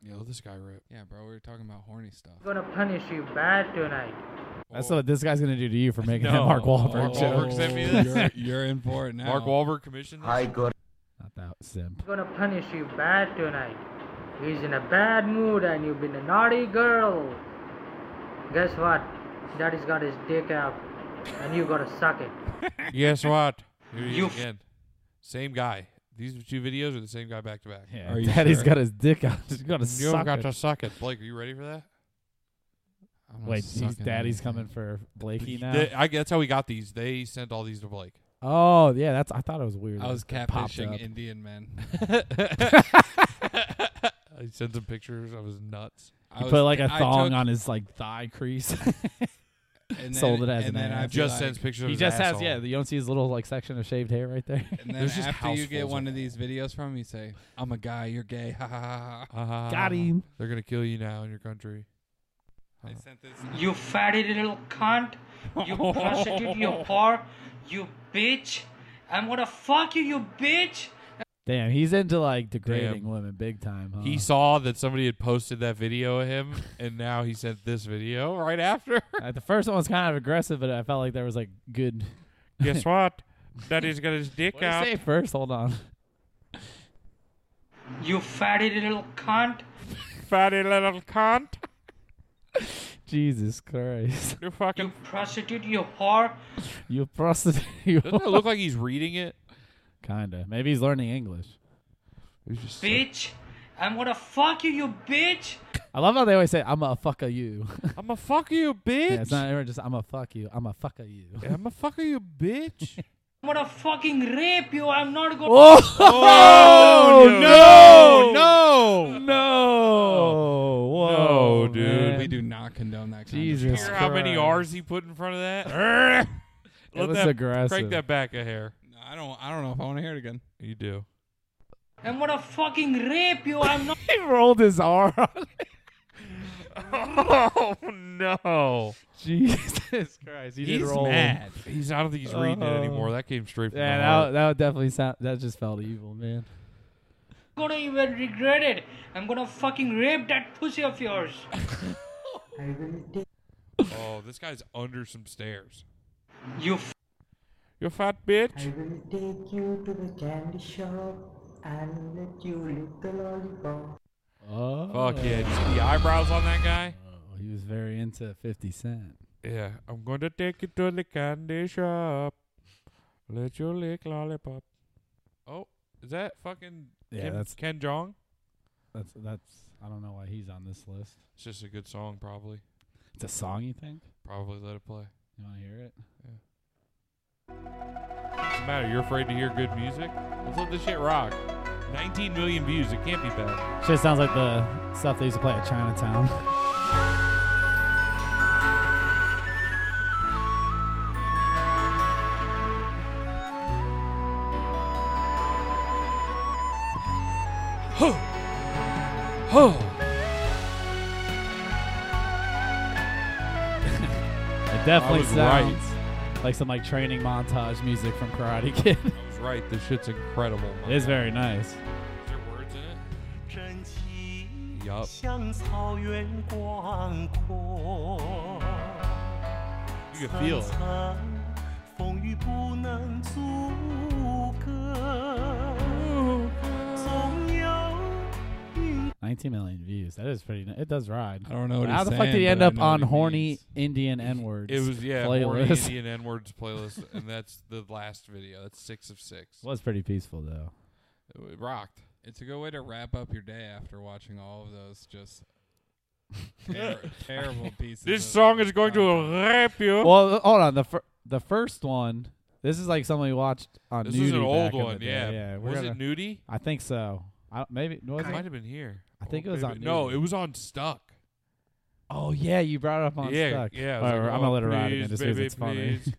[SPEAKER 2] Yo, this guy ripped.
[SPEAKER 3] Yeah, bro. We were talking about horny stuff.
[SPEAKER 5] gonna punish you bad tonight.
[SPEAKER 1] That's what this guy's gonna do to you for making that Mark Wahlberg
[SPEAKER 2] Mark
[SPEAKER 1] joke.
[SPEAKER 2] Wahlberg sent me this?
[SPEAKER 3] You're, you're in for it now.
[SPEAKER 2] Mark Wahlberg commissioned this?
[SPEAKER 1] Not that simp.
[SPEAKER 5] Gonna punish you bad tonight. He's in a bad mood and you've been a naughty girl. Guess what? Daddy's got his dick out and you gotta suck it.
[SPEAKER 2] Guess what? Here he is again. Same guy. These two videos are the same guy back to back.
[SPEAKER 1] Yeah,
[SPEAKER 3] Are you
[SPEAKER 1] Daddy's
[SPEAKER 3] sure?
[SPEAKER 1] got his dick out. He's got a
[SPEAKER 2] You
[SPEAKER 1] suck
[SPEAKER 2] got
[SPEAKER 1] it.
[SPEAKER 2] to suck it. Blake, are you ready for that?
[SPEAKER 3] I'm not
[SPEAKER 1] Wait, he's,
[SPEAKER 3] sucking
[SPEAKER 1] daddy's
[SPEAKER 3] anything.
[SPEAKER 1] coming for Blakey now.
[SPEAKER 2] Th-
[SPEAKER 3] uh,
[SPEAKER 2] I, that's how we got these. They sent all these to Blake.
[SPEAKER 1] oh yeah, that's. I thought it was weird.
[SPEAKER 3] I was
[SPEAKER 1] It popped up.
[SPEAKER 3] catfishing Indian men.
[SPEAKER 2] I sent some pictures of his nuts.
[SPEAKER 3] I
[SPEAKER 1] He
[SPEAKER 3] was-
[SPEAKER 1] put like a
[SPEAKER 3] I
[SPEAKER 1] thong
[SPEAKER 3] took-
[SPEAKER 1] on his like thigh crease.
[SPEAKER 3] and
[SPEAKER 1] sold
[SPEAKER 3] then-
[SPEAKER 1] it as
[SPEAKER 3] and
[SPEAKER 1] an
[SPEAKER 3] then
[SPEAKER 1] ad.
[SPEAKER 3] I
[SPEAKER 2] Just
[SPEAKER 3] just like,
[SPEAKER 2] sends pictures of
[SPEAKER 1] he
[SPEAKER 2] his
[SPEAKER 1] just has
[SPEAKER 2] asshole.
[SPEAKER 1] yeah. You don't see his little like section of shaved hair right there.
[SPEAKER 3] And then
[SPEAKER 2] There's just
[SPEAKER 3] after you get
[SPEAKER 2] housefuls
[SPEAKER 3] one
[SPEAKER 2] of
[SPEAKER 3] of these videos from him, you say, "I'm a guy. You're gay." Ha ha ha. ha.
[SPEAKER 2] Ha, ha,
[SPEAKER 1] Got
[SPEAKER 2] ha.
[SPEAKER 3] Uh-huh.
[SPEAKER 1] him.
[SPEAKER 2] They're gonna kill you now in your country.
[SPEAKER 3] I sent this.
[SPEAKER 5] You fatty little cunt. You prostitute, you whore. You bitch. I'm gonna fuck you, you bitch.
[SPEAKER 1] Damn, he's into like degrading
[SPEAKER 2] Damn.
[SPEAKER 1] women big time. Huh?
[SPEAKER 2] He saw that somebody had posted that video of him, and now he sent this video right after.
[SPEAKER 1] Uh, the first one was kind of aggressive, but I felt like there was like good.
[SPEAKER 2] Guess what? Daddy's got his dick
[SPEAKER 1] What did he say first? Hold on.
[SPEAKER 5] You fatty little cunt.
[SPEAKER 2] Fatty little cunt.
[SPEAKER 1] Jesus Christ!
[SPEAKER 2] You fucking.
[SPEAKER 5] You prostitute, you whore.
[SPEAKER 1] You prostitute. You
[SPEAKER 2] Doesn't it look like he's reading it?
[SPEAKER 1] kinda. Maybe he's learning English.
[SPEAKER 2] He's just
[SPEAKER 5] Bitch. I'm gonna fuck you, you bitch.
[SPEAKER 1] I love how they always say, "I'm a fucker you."
[SPEAKER 2] I'm a fuck you, bitch.
[SPEAKER 1] yeah, it's not ever just "I'm a fuck you." I'm a fucker you.
[SPEAKER 2] I'm a fucker you, bitch.
[SPEAKER 5] I'm gonna fucking rape you. I'm not gonna.
[SPEAKER 1] Oh,
[SPEAKER 2] no,
[SPEAKER 1] no, no,
[SPEAKER 2] No,
[SPEAKER 1] Whoa,
[SPEAKER 2] dude,
[SPEAKER 1] man.
[SPEAKER 3] We do not condone that. Kind
[SPEAKER 1] Jesus.
[SPEAKER 3] Of
[SPEAKER 2] Hear how many
[SPEAKER 1] Christ.
[SPEAKER 2] R's he put in front of that?
[SPEAKER 1] It was
[SPEAKER 2] that
[SPEAKER 1] aggressive.
[SPEAKER 2] crank that back a hair.
[SPEAKER 3] shit. I don't. I don't know if I want to hear it again.
[SPEAKER 2] You do.
[SPEAKER 5] I'm gonna fucking rape you. I'm not.
[SPEAKER 1] he rolled his R. on it.
[SPEAKER 2] Oh no!
[SPEAKER 1] Jesus Christ, he did
[SPEAKER 2] He's
[SPEAKER 1] roll.
[SPEAKER 2] mad. He's. I don't think he's reading it anymore.
[SPEAKER 1] Oh.
[SPEAKER 2] Uh-huh. That came straight from the
[SPEAKER 1] Yeah,
[SPEAKER 2] heart.
[SPEAKER 1] that, that would definitely sound. That just felt evil, man.
[SPEAKER 5] gonna even regret it. I'm gonna fucking rape that pussy of yours.
[SPEAKER 2] Oh, this guy's under some stairs.
[SPEAKER 5] You f-
[SPEAKER 2] You fat bitch.
[SPEAKER 6] will take you to the candy shop and let you lick the lollipop.
[SPEAKER 1] Oh,
[SPEAKER 2] Fuck yeah! Did you see the eyebrows on that guy?
[SPEAKER 1] Oh, he was very into Fifty Cent.
[SPEAKER 2] Yeah, I'm going to take you to the candy shop. Let you lick lollipop. Oh, is that fucking
[SPEAKER 1] Yeah,
[SPEAKER 2] Kim-
[SPEAKER 1] that's-
[SPEAKER 2] Ken Jong?
[SPEAKER 1] That's that's. I don't know why he's on this list.
[SPEAKER 2] It's just a good song, probably.
[SPEAKER 1] It's a song, you think?
[SPEAKER 2] Probably let it play.
[SPEAKER 1] You want to hear it?
[SPEAKER 2] What's the matter? You're afraid to hear good music? Let's let this shit rock. 19 million views. It can't be bad.
[SPEAKER 1] Shit sounds like the stuff they used to play at Chinatown.
[SPEAKER 2] Oh,
[SPEAKER 1] It definitely
[SPEAKER 2] was right.
[SPEAKER 1] sounds like some like training montage music from Karate Kid.
[SPEAKER 2] I was right. This shit's incredible.
[SPEAKER 1] it is very nice.
[SPEAKER 2] Is there words in it?
[SPEAKER 7] 真情
[SPEAKER 2] Yup.
[SPEAKER 7] 像草原广阔，
[SPEAKER 2] You
[SPEAKER 7] 层
[SPEAKER 2] can feel it.
[SPEAKER 7] 层风雨不能阻隔，总有云
[SPEAKER 1] 19 million views. That is pretty. ni- It does ride.
[SPEAKER 3] I don't know what
[SPEAKER 1] How
[SPEAKER 3] he's
[SPEAKER 1] the fuck did
[SPEAKER 3] saying,
[SPEAKER 1] he end
[SPEAKER 3] but I
[SPEAKER 1] up
[SPEAKER 3] know what
[SPEAKER 1] on
[SPEAKER 3] he
[SPEAKER 1] horny
[SPEAKER 3] means.
[SPEAKER 1] Indian n words?
[SPEAKER 2] It was, yeah, horny
[SPEAKER 1] playlist.
[SPEAKER 2] Indian N words playlist, and that's the last video. That's six of six.
[SPEAKER 1] was pretty peaceful though.
[SPEAKER 2] It rocked.
[SPEAKER 3] It's a good way to wrap up your day after watching all of those just ter- terrible pieces.
[SPEAKER 2] This
[SPEAKER 3] of
[SPEAKER 2] song is going to
[SPEAKER 3] content.
[SPEAKER 2] rape you.
[SPEAKER 1] Well, th- hold on. The fir- the first one. This is like something we watched on.
[SPEAKER 2] This
[SPEAKER 1] Nudie
[SPEAKER 2] is an old
[SPEAKER 1] back in the
[SPEAKER 2] one,
[SPEAKER 1] day.
[SPEAKER 2] yeah.
[SPEAKER 1] yeah. we're
[SPEAKER 2] was
[SPEAKER 1] gonna-
[SPEAKER 2] it Nudie?
[SPEAKER 1] I think so. I don't, maybe was
[SPEAKER 2] It
[SPEAKER 1] it?
[SPEAKER 2] might have been here.
[SPEAKER 1] I think
[SPEAKER 2] Oh,
[SPEAKER 1] it was
[SPEAKER 2] maybe-
[SPEAKER 1] on
[SPEAKER 2] No,
[SPEAKER 1] Nudie.
[SPEAKER 2] it was on Stuck.
[SPEAKER 1] Oh yeah, you brought it up on
[SPEAKER 2] yeah,
[SPEAKER 1] Stuck.
[SPEAKER 2] yeah. I was
[SPEAKER 1] Whatever,
[SPEAKER 2] like,
[SPEAKER 1] I'm
[SPEAKER 2] oh,
[SPEAKER 1] gonna let it ride
[SPEAKER 2] please,
[SPEAKER 1] again just because
[SPEAKER 2] baby,
[SPEAKER 1] it's funny.
[SPEAKER 2] please.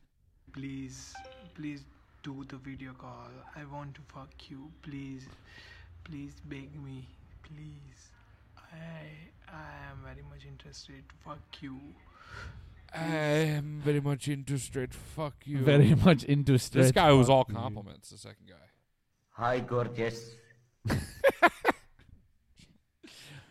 [SPEAKER 8] please please do the video call i want to fuck you please please beg me please i i am very much interested to fuck you
[SPEAKER 2] I am very much interested. Fuck you.
[SPEAKER 1] Very much into
[SPEAKER 2] this
[SPEAKER 1] stretch.
[SPEAKER 2] guy was all compliments. The second guy.
[SPEAKER 6] Hi, gorgeous.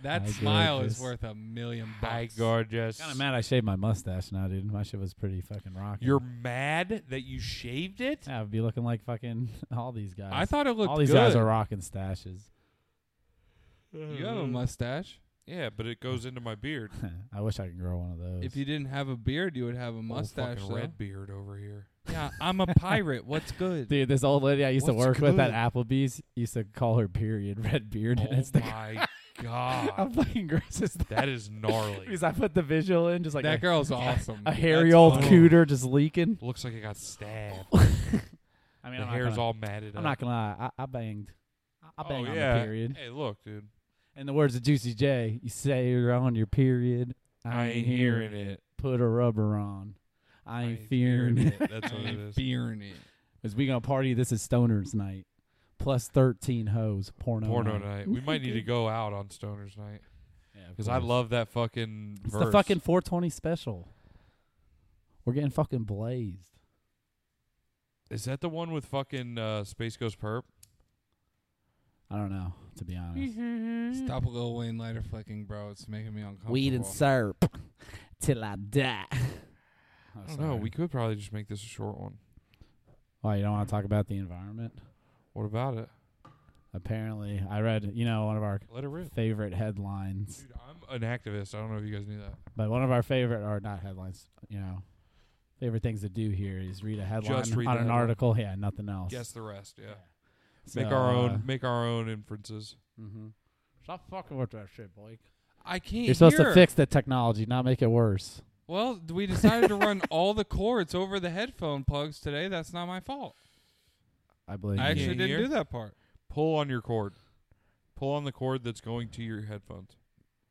[SPEAKER 3] That
[SPEAKER 1] Hi,
[SPEAKER 3] smile
[SPEAKER 1] gorgeous.
[SPEAKER 3] is worth a million
[SPEAKER 2] Hi,
[SPEAKER 3] bucks.
[SPEAKER 2] gorgeous.
[SPEAKER 1] Kind of mad I shaved my mustache now, dude. My shit was pretty fucking rocking.
[SPEAKER 2] You're mad that you shaved it?
[SPEAKER 1] yeah, I'd be looking like fucking all these guys.
[SPEAKER 3] I thought it looked
[SPEAKER 1] all these
[SPEAKER 3] good.
[SPEAKER 1] guys are rocking stashes.
[SPEAKER 3] You have a mustache.
[SPEAKER 2] Yeah, but it goes into my beard.
[SPEAKER 1] I wish I could grow one of those.
[SPEAKER 3] If you didn't have a beard, you would have
[SPEAKER 1] Oh,
[SPEAKER 3] a
[SPEAKER 2] Old
[SPEAKER 3] mustache.
[SPEAKER 2] fucking
[SPEAKER 3] though.
[SPEAKER 2] red beard over here.
[SPEAKER 3] Yeah, I'm a pirate. What's good?
[SPEAKER 1] Dude, this old lady I used to
[SPEAKER 2] What's
[SPEAKER 1] work with at
[SPEAKER 2] good?
[SPEAKER 1] Applebee's used to call her period red beard, and it's
[SPEAKER 2] Oh
[SPEAKER 1] the
[SPEAKER 2] my
[SPEAKER 1] how
[SPEAKER 2] Oh god,
[SPEAKER 1] fucking gross is that?
[SPEAKER 2] that is gnarly.
[SPEAKER 1] Because I put the visual in, just like
[SPEAKER 3] that
[SPEAKER 1] a,
[SPEAKER 3] girl's awesome.
[SPEAKER 1] a hairy
[SPEAKER 3] That's
[SPEAKER 1] old
[SPEAKER 3] awesome.
[SPEAKER 1] cooter just leaking.
[SPEAKER 2] Looks like it got stabbed.
[SPEAKER 1] I mean,
[SPEAKER 2] The
[SPEAKER 1] I'm
[SPEAKER 2] hair's
[SPEAKER 1] not gonna,
[SPEAKER 2] all matted.
[SPEAKER 1] I'm
[SPEAKER 2] up.
[SPEAKER 1] not gonna lie, I, I banged. I- I banged
[SPEAKER 2] oh,
[SPEAKER 1] on
[SPEAKER 2] yeah.
[SPEAKER 1] the period.
[SPEAKER 2] Hey, look, dude.
[SPEAKER 1] In the words of Juicy J, you say you're on your period. I, ain't hearing it. Put a rubber on. I ain't fearing it.
[SPEAKER 2] That's what it is.
[SPEAKER 3] Beard it.
[SPEAKER 1] Cause we gonna party. This is Stoner's night. Plus thirteen hoes. Porno.
[SPEAKER 2] Porno
[SPEAKER 1] night.
[SPEAKER 2] night. We might need to go out on Stoner's night
[SPEAKER 1] Yeah, of
[SPEAKER 2] because I
[SPEAKER 1] course.
[SPEAKER 2] love that fucking
[SPEAKER 1] It's
[SPEAKER 2] verse.
[SPEAKER 1] the fucking 420 special. We're getting fucking blazed.
[SPEAKER 2] Is that the one with fucking uh, Space Ghost Perp?
[SPEAKER 1] I don't know, to be honest.
[SPEAKER 3] Stop Lil Wayne lighter flicking, bro. It's making me uncomfortable.
[SPEAKER 1] Weed and syrup till I die. Oh,
[SPEAKER 2] I don't know. We could probably just make this a short one.
[SPEAKER 1] oh, you don't want to talk about the environment?
[SPEAKER 2] What about it?
[SPEAKER 1] Apparently, I read, you know, one of our
[SPEAKER 2] Let it rip.
[SPEAKER 1] favorite headlines,
[SPEAKER 2] Dude, I'm an activist. I don't know if you guys knew that.
[SPEAKER 1] but one of our favorite, or not headlines, you know, favorite things to do here is read a headline
[SPEAKER 2] Just read
[SPEAKER 1] on
[SPEAKER 2] the
[SPEAKER 1] an
[SPEAKER 2] headline.
[SPEAKER 1] article. Yeah, nothing else.
[SPEAKER 2] Guess the rest. Yeah.
[SPEAKER 1] So,
[SPEAKER 2] make our own.
[SPEAKER 1] uh,
[SPEAKER 2] Make our own inferences.
[SPEAKER 1] mhm. Stop fucking with that shit, Blake.
[SPEAKER 3] I can't.
[SPEAKER 1] You're supposed
[SPEAKER 3] hear.
[SPEAKER 1] to fix the technology, not make it worse.
[SPEAKER 3] Well, we decided to run all the cords over the headphone plugs today. That's not my fault.
[SPEAKER 1] I believe.
[SPEAKER 3] I
[SPEAKER 1] in you.
[SPEAKER 3] actually
[SPEAKER 2] can't
[SPEAKER 3] didn't
[SPEAKER 2] hear?
[SPEAKER 3] do that part.
[SPEAKER 2] Pull on your cord. Pull on the cord that's going to your headphones.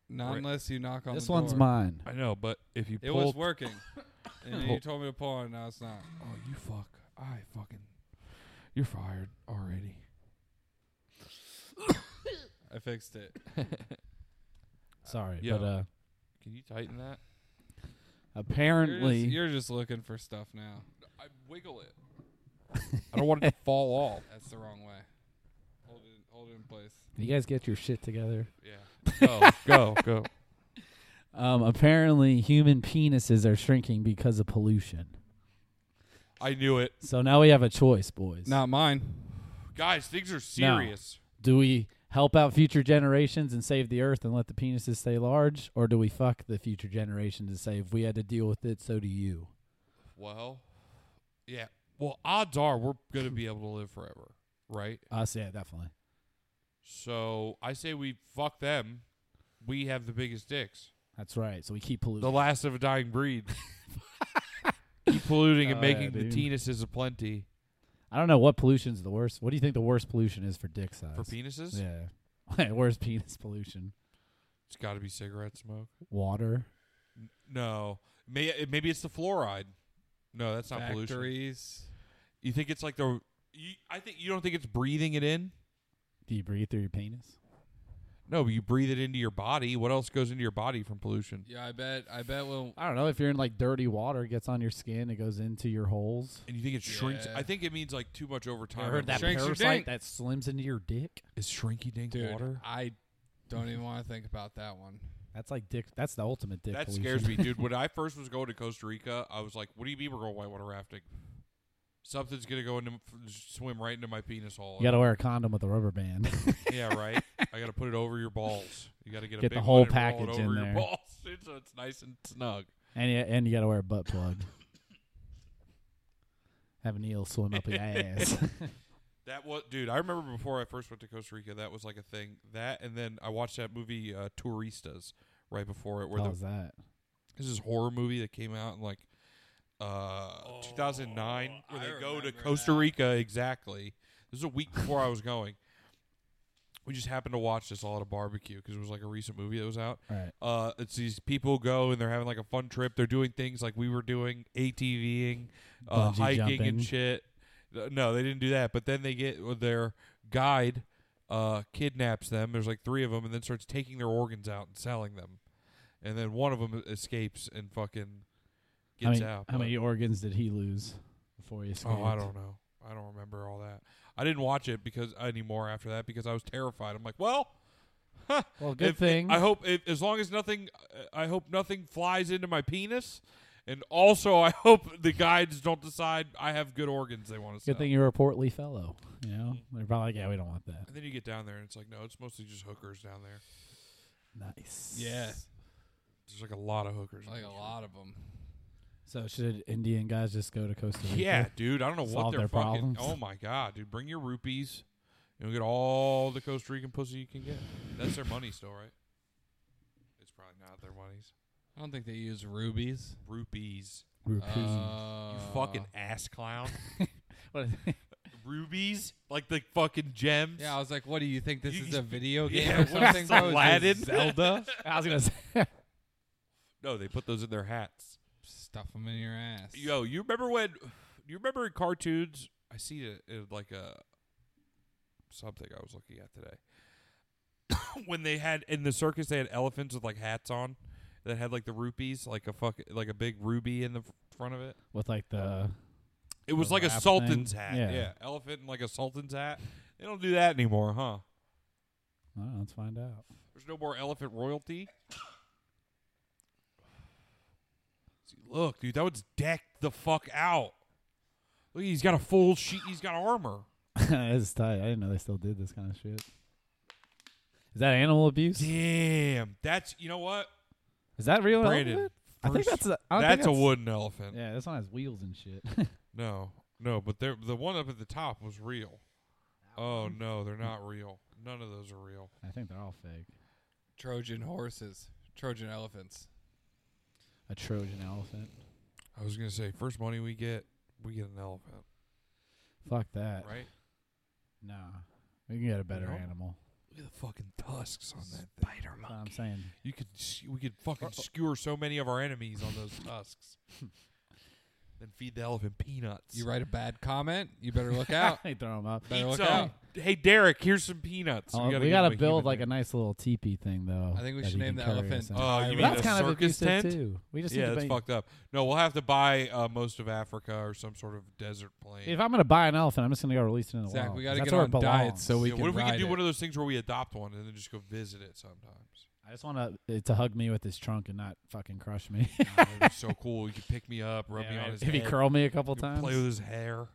[SPEAKER 3] Not
[SPEAKER 2] Right.
[SPEAKER 3] unless you knock on
[SPEAKER 1] this
[SPEAKER 3] the
[SPEAKER 1] one's
[SPEAKER 3] door.
[SPEAKER 1] mine.
[SPEAKER 2] I know, but if you
[SPEAKER 3] It
[SPEAKER 2] pull,
[SPEAKER 3] was working. and then
[SPEAKER 2] Pull.
[SPEAKER 3] you told me to pull it, now it's not.
[SPEAKER 2] oh, you fuck! I fucking, you're fired already.
[SPEAKER 3] I fixed it.
[SPEAKER 1] Sorry,
[SPEAKER 2] Yeah.
[SPEAKER 1] but uh,
[SPEAKER 2] Can you tighten that?
[SPEAKER 3] You're just,
[SPEAKER 1] apparently,
[SPEAKER 3] you're just looking for stuff now.
[SPEAKER 2] I wiggle it. I don't want it to fall off.
[SPEAKER 3] That's the wrong way. Hold it, hold it in place.
[SPEAKER 1] you guys get your shit together.
[SPEAKER 3] Yeah.
[SPEAKER 2] Go, go, go.
[SPEAKER 1] Um, apparently, human penises are shrinking because of pollution.
[SPEAKER 2] I knew it,
[SPEAKER 1] So now we have a choice, boys.
[SPEAKER 3] Not mine.
[SPEAKER 2] guys. Things are serious.
[SPEAKER 1] Do we help out future generations and save the earth and let the penises stay large, or do we fuck the future generations and say if we had to deal with it, so do you?
[SPEAKER 2] Well, yeah. Well, odds are we're gonna be able to live forever, right?
[SPEAKER 1] Us, yeah, definitely.
[SPEAKER 2] So I say we fuck them. We have the biggest dicks.
[SPEAKER 1] That's right. So we keep polluting.
[SPEAKER 2] The last of a dying breed. Keep polluting and
[SPEAKER 1] Oh, yeah,
[SPEAKER 2] making the
[SPEAKER 1] dude.
[SPEAKER 2] penises aplenty.
[SPEAKER 1] I don't know what pollution's the worst. What do you think the worst pollution is for dick size?
[SPEAKER 2] For penises?
[SPEAKER 1] Yeah. worst penis pollution.
[SPEAKER 2] It's got to be cigarette smoke.
[SPEAKER 1] Water.
[SPEAKER 2] No. May, it- maybe it's the fluoride. No, that's not pollution.
[SPEAKER 3] Factories.
[SPEAKER 2] You think it's like the. You, I think you don't think it's breathing it in?
[SPEAKER 1] Do you breathe through your penis?
[SPEAKER 2] No, but you breathe it into your body. What else goes into your body from pollution?
[SPEAKER 3] Yeah, I bet. I bet when
[SPEAKER 1] I don't know. If you're in like dirty water, it gets on your skin, it goes into your holes.
[SPEAKER 2] And you think it shrinks?
[SPEAKER 3] Yeah.
[SPEAKER 2] I think it means like too much over time.
[SPEAKER 1] I heard that
[SPEAKER 3] Shrinks your
[SPEAKER 1] parasite
[SPEAKER 3] dink.
[SPEAKER 1] that slims into your dick.
[SPEAKER 2] Is shrinky dink
[SPEAKER 3] dude,
[SPEAKER 2] water?
[SPEAKER 3] I don't even want to think about that one.
[SPEAKER 1] That's like dick. That's the ultimate dick.
[SPEAKER 2] That
[SPEAKER 1] pollution.
[SPEAKER 2] scares me, dude. When I first was going to Costa Rica, I was like, "What do you mean we're going whitewater rafting? Something's gonna go into f- swim right into my penis hole."
[SPEAKER 1] You got to wear a condom with a rubber band.
[SPEAKER 2] yeah, right. I gotta put it over your balls. You gotta get, a
[SPEAKER 1] Get the
[SPEAKER 2] big
[SPEAKER 1] whole
[SPEAKER 2] one and roll it
[SPEAKER 1] package
[SPEAKER 2] over
[SPEAKER 1] in
[SPEAKER 2] your
[SPEAKER 1] there.
[SPEAKER 2] balls, dude, so it's nice and snug.
[SPEAKER 1] and you, and you got to wear a butt plug. Have an eel swim up your ass.
[SPEAKER 2] That was, dude. I remember before I first went to Costa Rica, that was like a thing. That and then I watched that movie uh, Touristas right before it, where
[SPEAKER 1] How
[SPEAKER 2] the
[SPEAKER 1] was that?
[SPEAKER 2] This is a horror movie that came out in like uh 2009 where
[SPEAKER 3] Oh, I
[SPEAKER 2] they go to
[SPEAKER 3] remember
[SPEAKER 2] Costa
[SPEAKER 3] that.
[SPEAKER 2] Rica exactly. This is a week before I was going. We just happened to watch this all at a barbecue because it was like a recent movie that was out.
[SPEAKER 1] Right.
[SPEAKER 2] Uh, it's these people go and they're having like a fun trip. They're doing things like we were doing ATVing, uh,
[SPEAKER 1] Bungee
[SPEAKER 2] hiking
[SPEAKER 1] jumping.
[SPEAKER 2] and shit. Uh, No, they didn't do that. But then they get well, their guide uh, kidnaps them. There's like three of them, and then starts taking their organs out and selling them. And then one of them escapes and fucking
[SPEAKER 1] How
[SPEAKER 2] gets
[SPEAKER 1] many,
[SPEAKER 2] out.
[SPEAKER 1] how
[SPEAKER 2] but-
[SPEAKER 1] many organs did he lose before he escaped?
[SPEAKER 2] Oh, I don't know. I don't remember all that. I didn't watch it because anymore after that because I was terrified. I'm like, well, huh,
[SPEAKER 1] Well, good
[SPEAKER 2] if-
[SPEAKER 1] thing.
[SPEAKER 2] I hope if, as long as nothing, I hope nothing flies into my penis, and also I hope the guides don't decide I have good organs they want to sell.
[SPEAKER 1] Good thing you're a portly fellow. You know,
[SPEAKER 2] Mm-hmm.
[SPEAKER 1] they're probably like, yeah, we don't want that.
[SPEAKER 2] and then you get down there and it's like, no, it's mostly just hookers down there.
[SPEAKER 1] Nice.
[SPEAKER 3] Yeah,
[SPEAKER 2] There's like a lot of hookers.
[SPEAKER 3] like a lot of them.
[SPEAKER 1] So should Indian guys just go to Costa Rica?
[SPEAKER 2] Yeah, dude. I don't know
[SPEAKER 1] Solve
[SPEAKER 2] what they're
[SPEAKER 1] their
[SPEAKER 2] fucking.
[SPEAKER 1] problems.
[SPEAKER 2] Oh my god, dude. Bring your rupees. You'll get all the Costa Rican pussy you can get. That's their money still, right? It's probably not their monies.
[SPEAKER 3] I don't think they use rubies.
[SPEAKER 2] Rupees.
[SPEAKER 1] Rupees.
[SPEAKER 3] Uh,
[SPEAKER 2] You fucking ass clown. Rubies? Like the fucking gems?
[SPEAKER 3] Yeah, I was like, what do you think this
[SPEAKER 2] You-
[SPEAKER 3] is a video game
[SPEAKER 2] Yeah,
[SPEAKER 3] or
[SPEAKER 2] what
[SPEAKER 3] something?
[SPEAKER 2] is
[SPEAKER 3] bro? Is this
[SPEAKER 2] Aladdin?
[SPEAKER 3] Zelda.
[SPEAKER 1] I was gonna say.
[SPEAKER 2] No, they put those in their hats.
[SPEAKER 3] Stuff them in your ass.
[SPEAKER 2] Yo, you remember when? You remember in cartoons? I see it in like a something I was looking at today. when they had in the circus, they had elephants with like hats on that had like the rupees, like a fuck, like a big ruby in the f- front of it.
[SPEAKER 1] with like the
[SPEAKER 2] It was
[SPEAKER 1] The
[SPEAKER 2] like a
[SPEAKER 1] wrap
[SPEAKER 2] sultan's
[SPEAKER 1] thing?
[SPEAKER 2] hat.
[SPEAKER 1] Yeah.
[SPEAKER 2] Yeah. elephant and like a sultan's hat. They don't do that anymore, huh?
[SPEAKER 1] I don't know, let's find out.
[SPEAKER 2] There's no more elephant royalty. See, look, dude, that one's decked the fuck out. Look, he's got a full sheet. He's got armor.
[SPEAKER 1] it's tight. I didn't know they still did this kind of shit. Is that animal abuse?
[SPEAKER 2] Damn, that's you know what,
[SPEAKER 1] Is that real?
[SPEAKER 2] Brandon.
[SPEAKER 1] elephant? I think
[SPEAKER 2] first-
[SPEAKER 1] that's a. I don't
[SPEAKER 2] that's a
[SPEAKER 1] think
[SPEAKER 2] wooden elephant.
[SPEAKER 1] Yeah, this one has wheels and shit.
[SPEAKER 2] No, no, but they're, the one up at the top was real. Oh no, they're not real. None of those are real.
[SPEAKER 1] I think they're all fake.
[SPEAKER 3] Trojan horses. Trojan elephants.
[SPEAKER 1] A Trojan elephant.
[SPEAKER 2] I was gonna say, first money we get, we get an elephant,
[SPEAKER 1] Fuck that.
[SPEAKER 2] right?
[SPEAKER 1] No, we can get a better
[SPEAKER 2] No.
[SPEAKER 1] animal.
[SPEAKER 2] Look at the fucking tusks on that. thing.
[SPEAKER 8] Spider
[SPEAKER 1] That's what I'm
[SPEAKER 8] monkey.
[SPEAKER 1] saying.
[SPEAKER 2] You could s- we could
[SPEAKER 1] Uh,
[SPEAKER 2] fucking skewer so many of our enemies on those tusks. then feed the elephant peanuts.
[SPEAKER 3] You write a bad comment, you better look out.
[SPEAKER 1] I throw 'em up.
[SPEAKER 3] better look
[SPEAKER 2] Some-
[SPEAKER 3] out.
[SPEAKER 2] Hey Derek, here's some peanuts.
[SPEAKER 1] Oh, we
[SPEAKER 2] give
[SPEAKER 1] gotta
[SPEAKER 2] him a
[SPEAKER 1] build
[SPEAKER 2] human
[SPEAKER 1] like
[SPEAKER 2] head.
[SPEAKER 1] a nice little teepee thing, though.
[SPEAKER 3] I think we
[SPEAKER 1] that
[SPEAKER 3] should
[SPEAKER 1] he can
[SPEAKER 3] name the
[SPEAKER 1] carry
[SPEAKER 3] elephant uh,
[SPEAKER 1] us in.
[SPEAKER 3] a
[SPEAKER 2] Oh, you mean
[SPEAKER 3] Well,
[SPEAKER 1] that's
[SPEAKER 2] a
[SPEAKER 1] kind
[SPEAKER 2] circus
[SPEAKER 1] of
[SPEAKER 2] tent?
[SPEAKER 1] abusive too. We just
[SPEAKER 2] yeah,
[SPEAKER 1] need to
[SPEAKER 2] that's
[SPEAKER 1] make-
[SPEAKER 2] fucked up. No, we'll have to buy uh, most of Africa or some sort of desert plane.
[SPEAKER 1] If I'm gonna buy an elephant, I'm just gonna go release it in the
[SPEAKER 3] Zach,
[SPEAKER 1] wild.
[SPEAKER 3] we
[SPEAKER 1] 'cause
[SPEAKER 3] gotta
[SPEAKER 1] that's
[SPEAKER 3] get
[SPEAKER 1] where
[SPEAKER 3] on
[SPEAKER 1] it belongs.
[SPEAKER 3] diets so we
[SPEAKER 2] Yeah,
[SPEAKER 3] can.
[SPEAKER 2] what if we could
[SPEAKER 3] ride
[SPEAKER 2] do
[SPEAKER 3] it.
[SPEAKER 2] one of those things where we adopt one and then just go visit it sometimes?
[SPEAKER 1] I just want to to hug me with his trunk and not fucking crush me.
[SPEAKER 2] God, that'd be so cool. You could pick me up, rub me
[SPEAKER 1] Yeah,
[SPEAKER 2] on his
[SPEAKER 1] if he
[SPEAKER 2] head,
[SPEAKER 1] curl me a couple
[SPEAKER 2] you could
[SPEAKER 1] times.
[SPEAKER 2] play with his hair.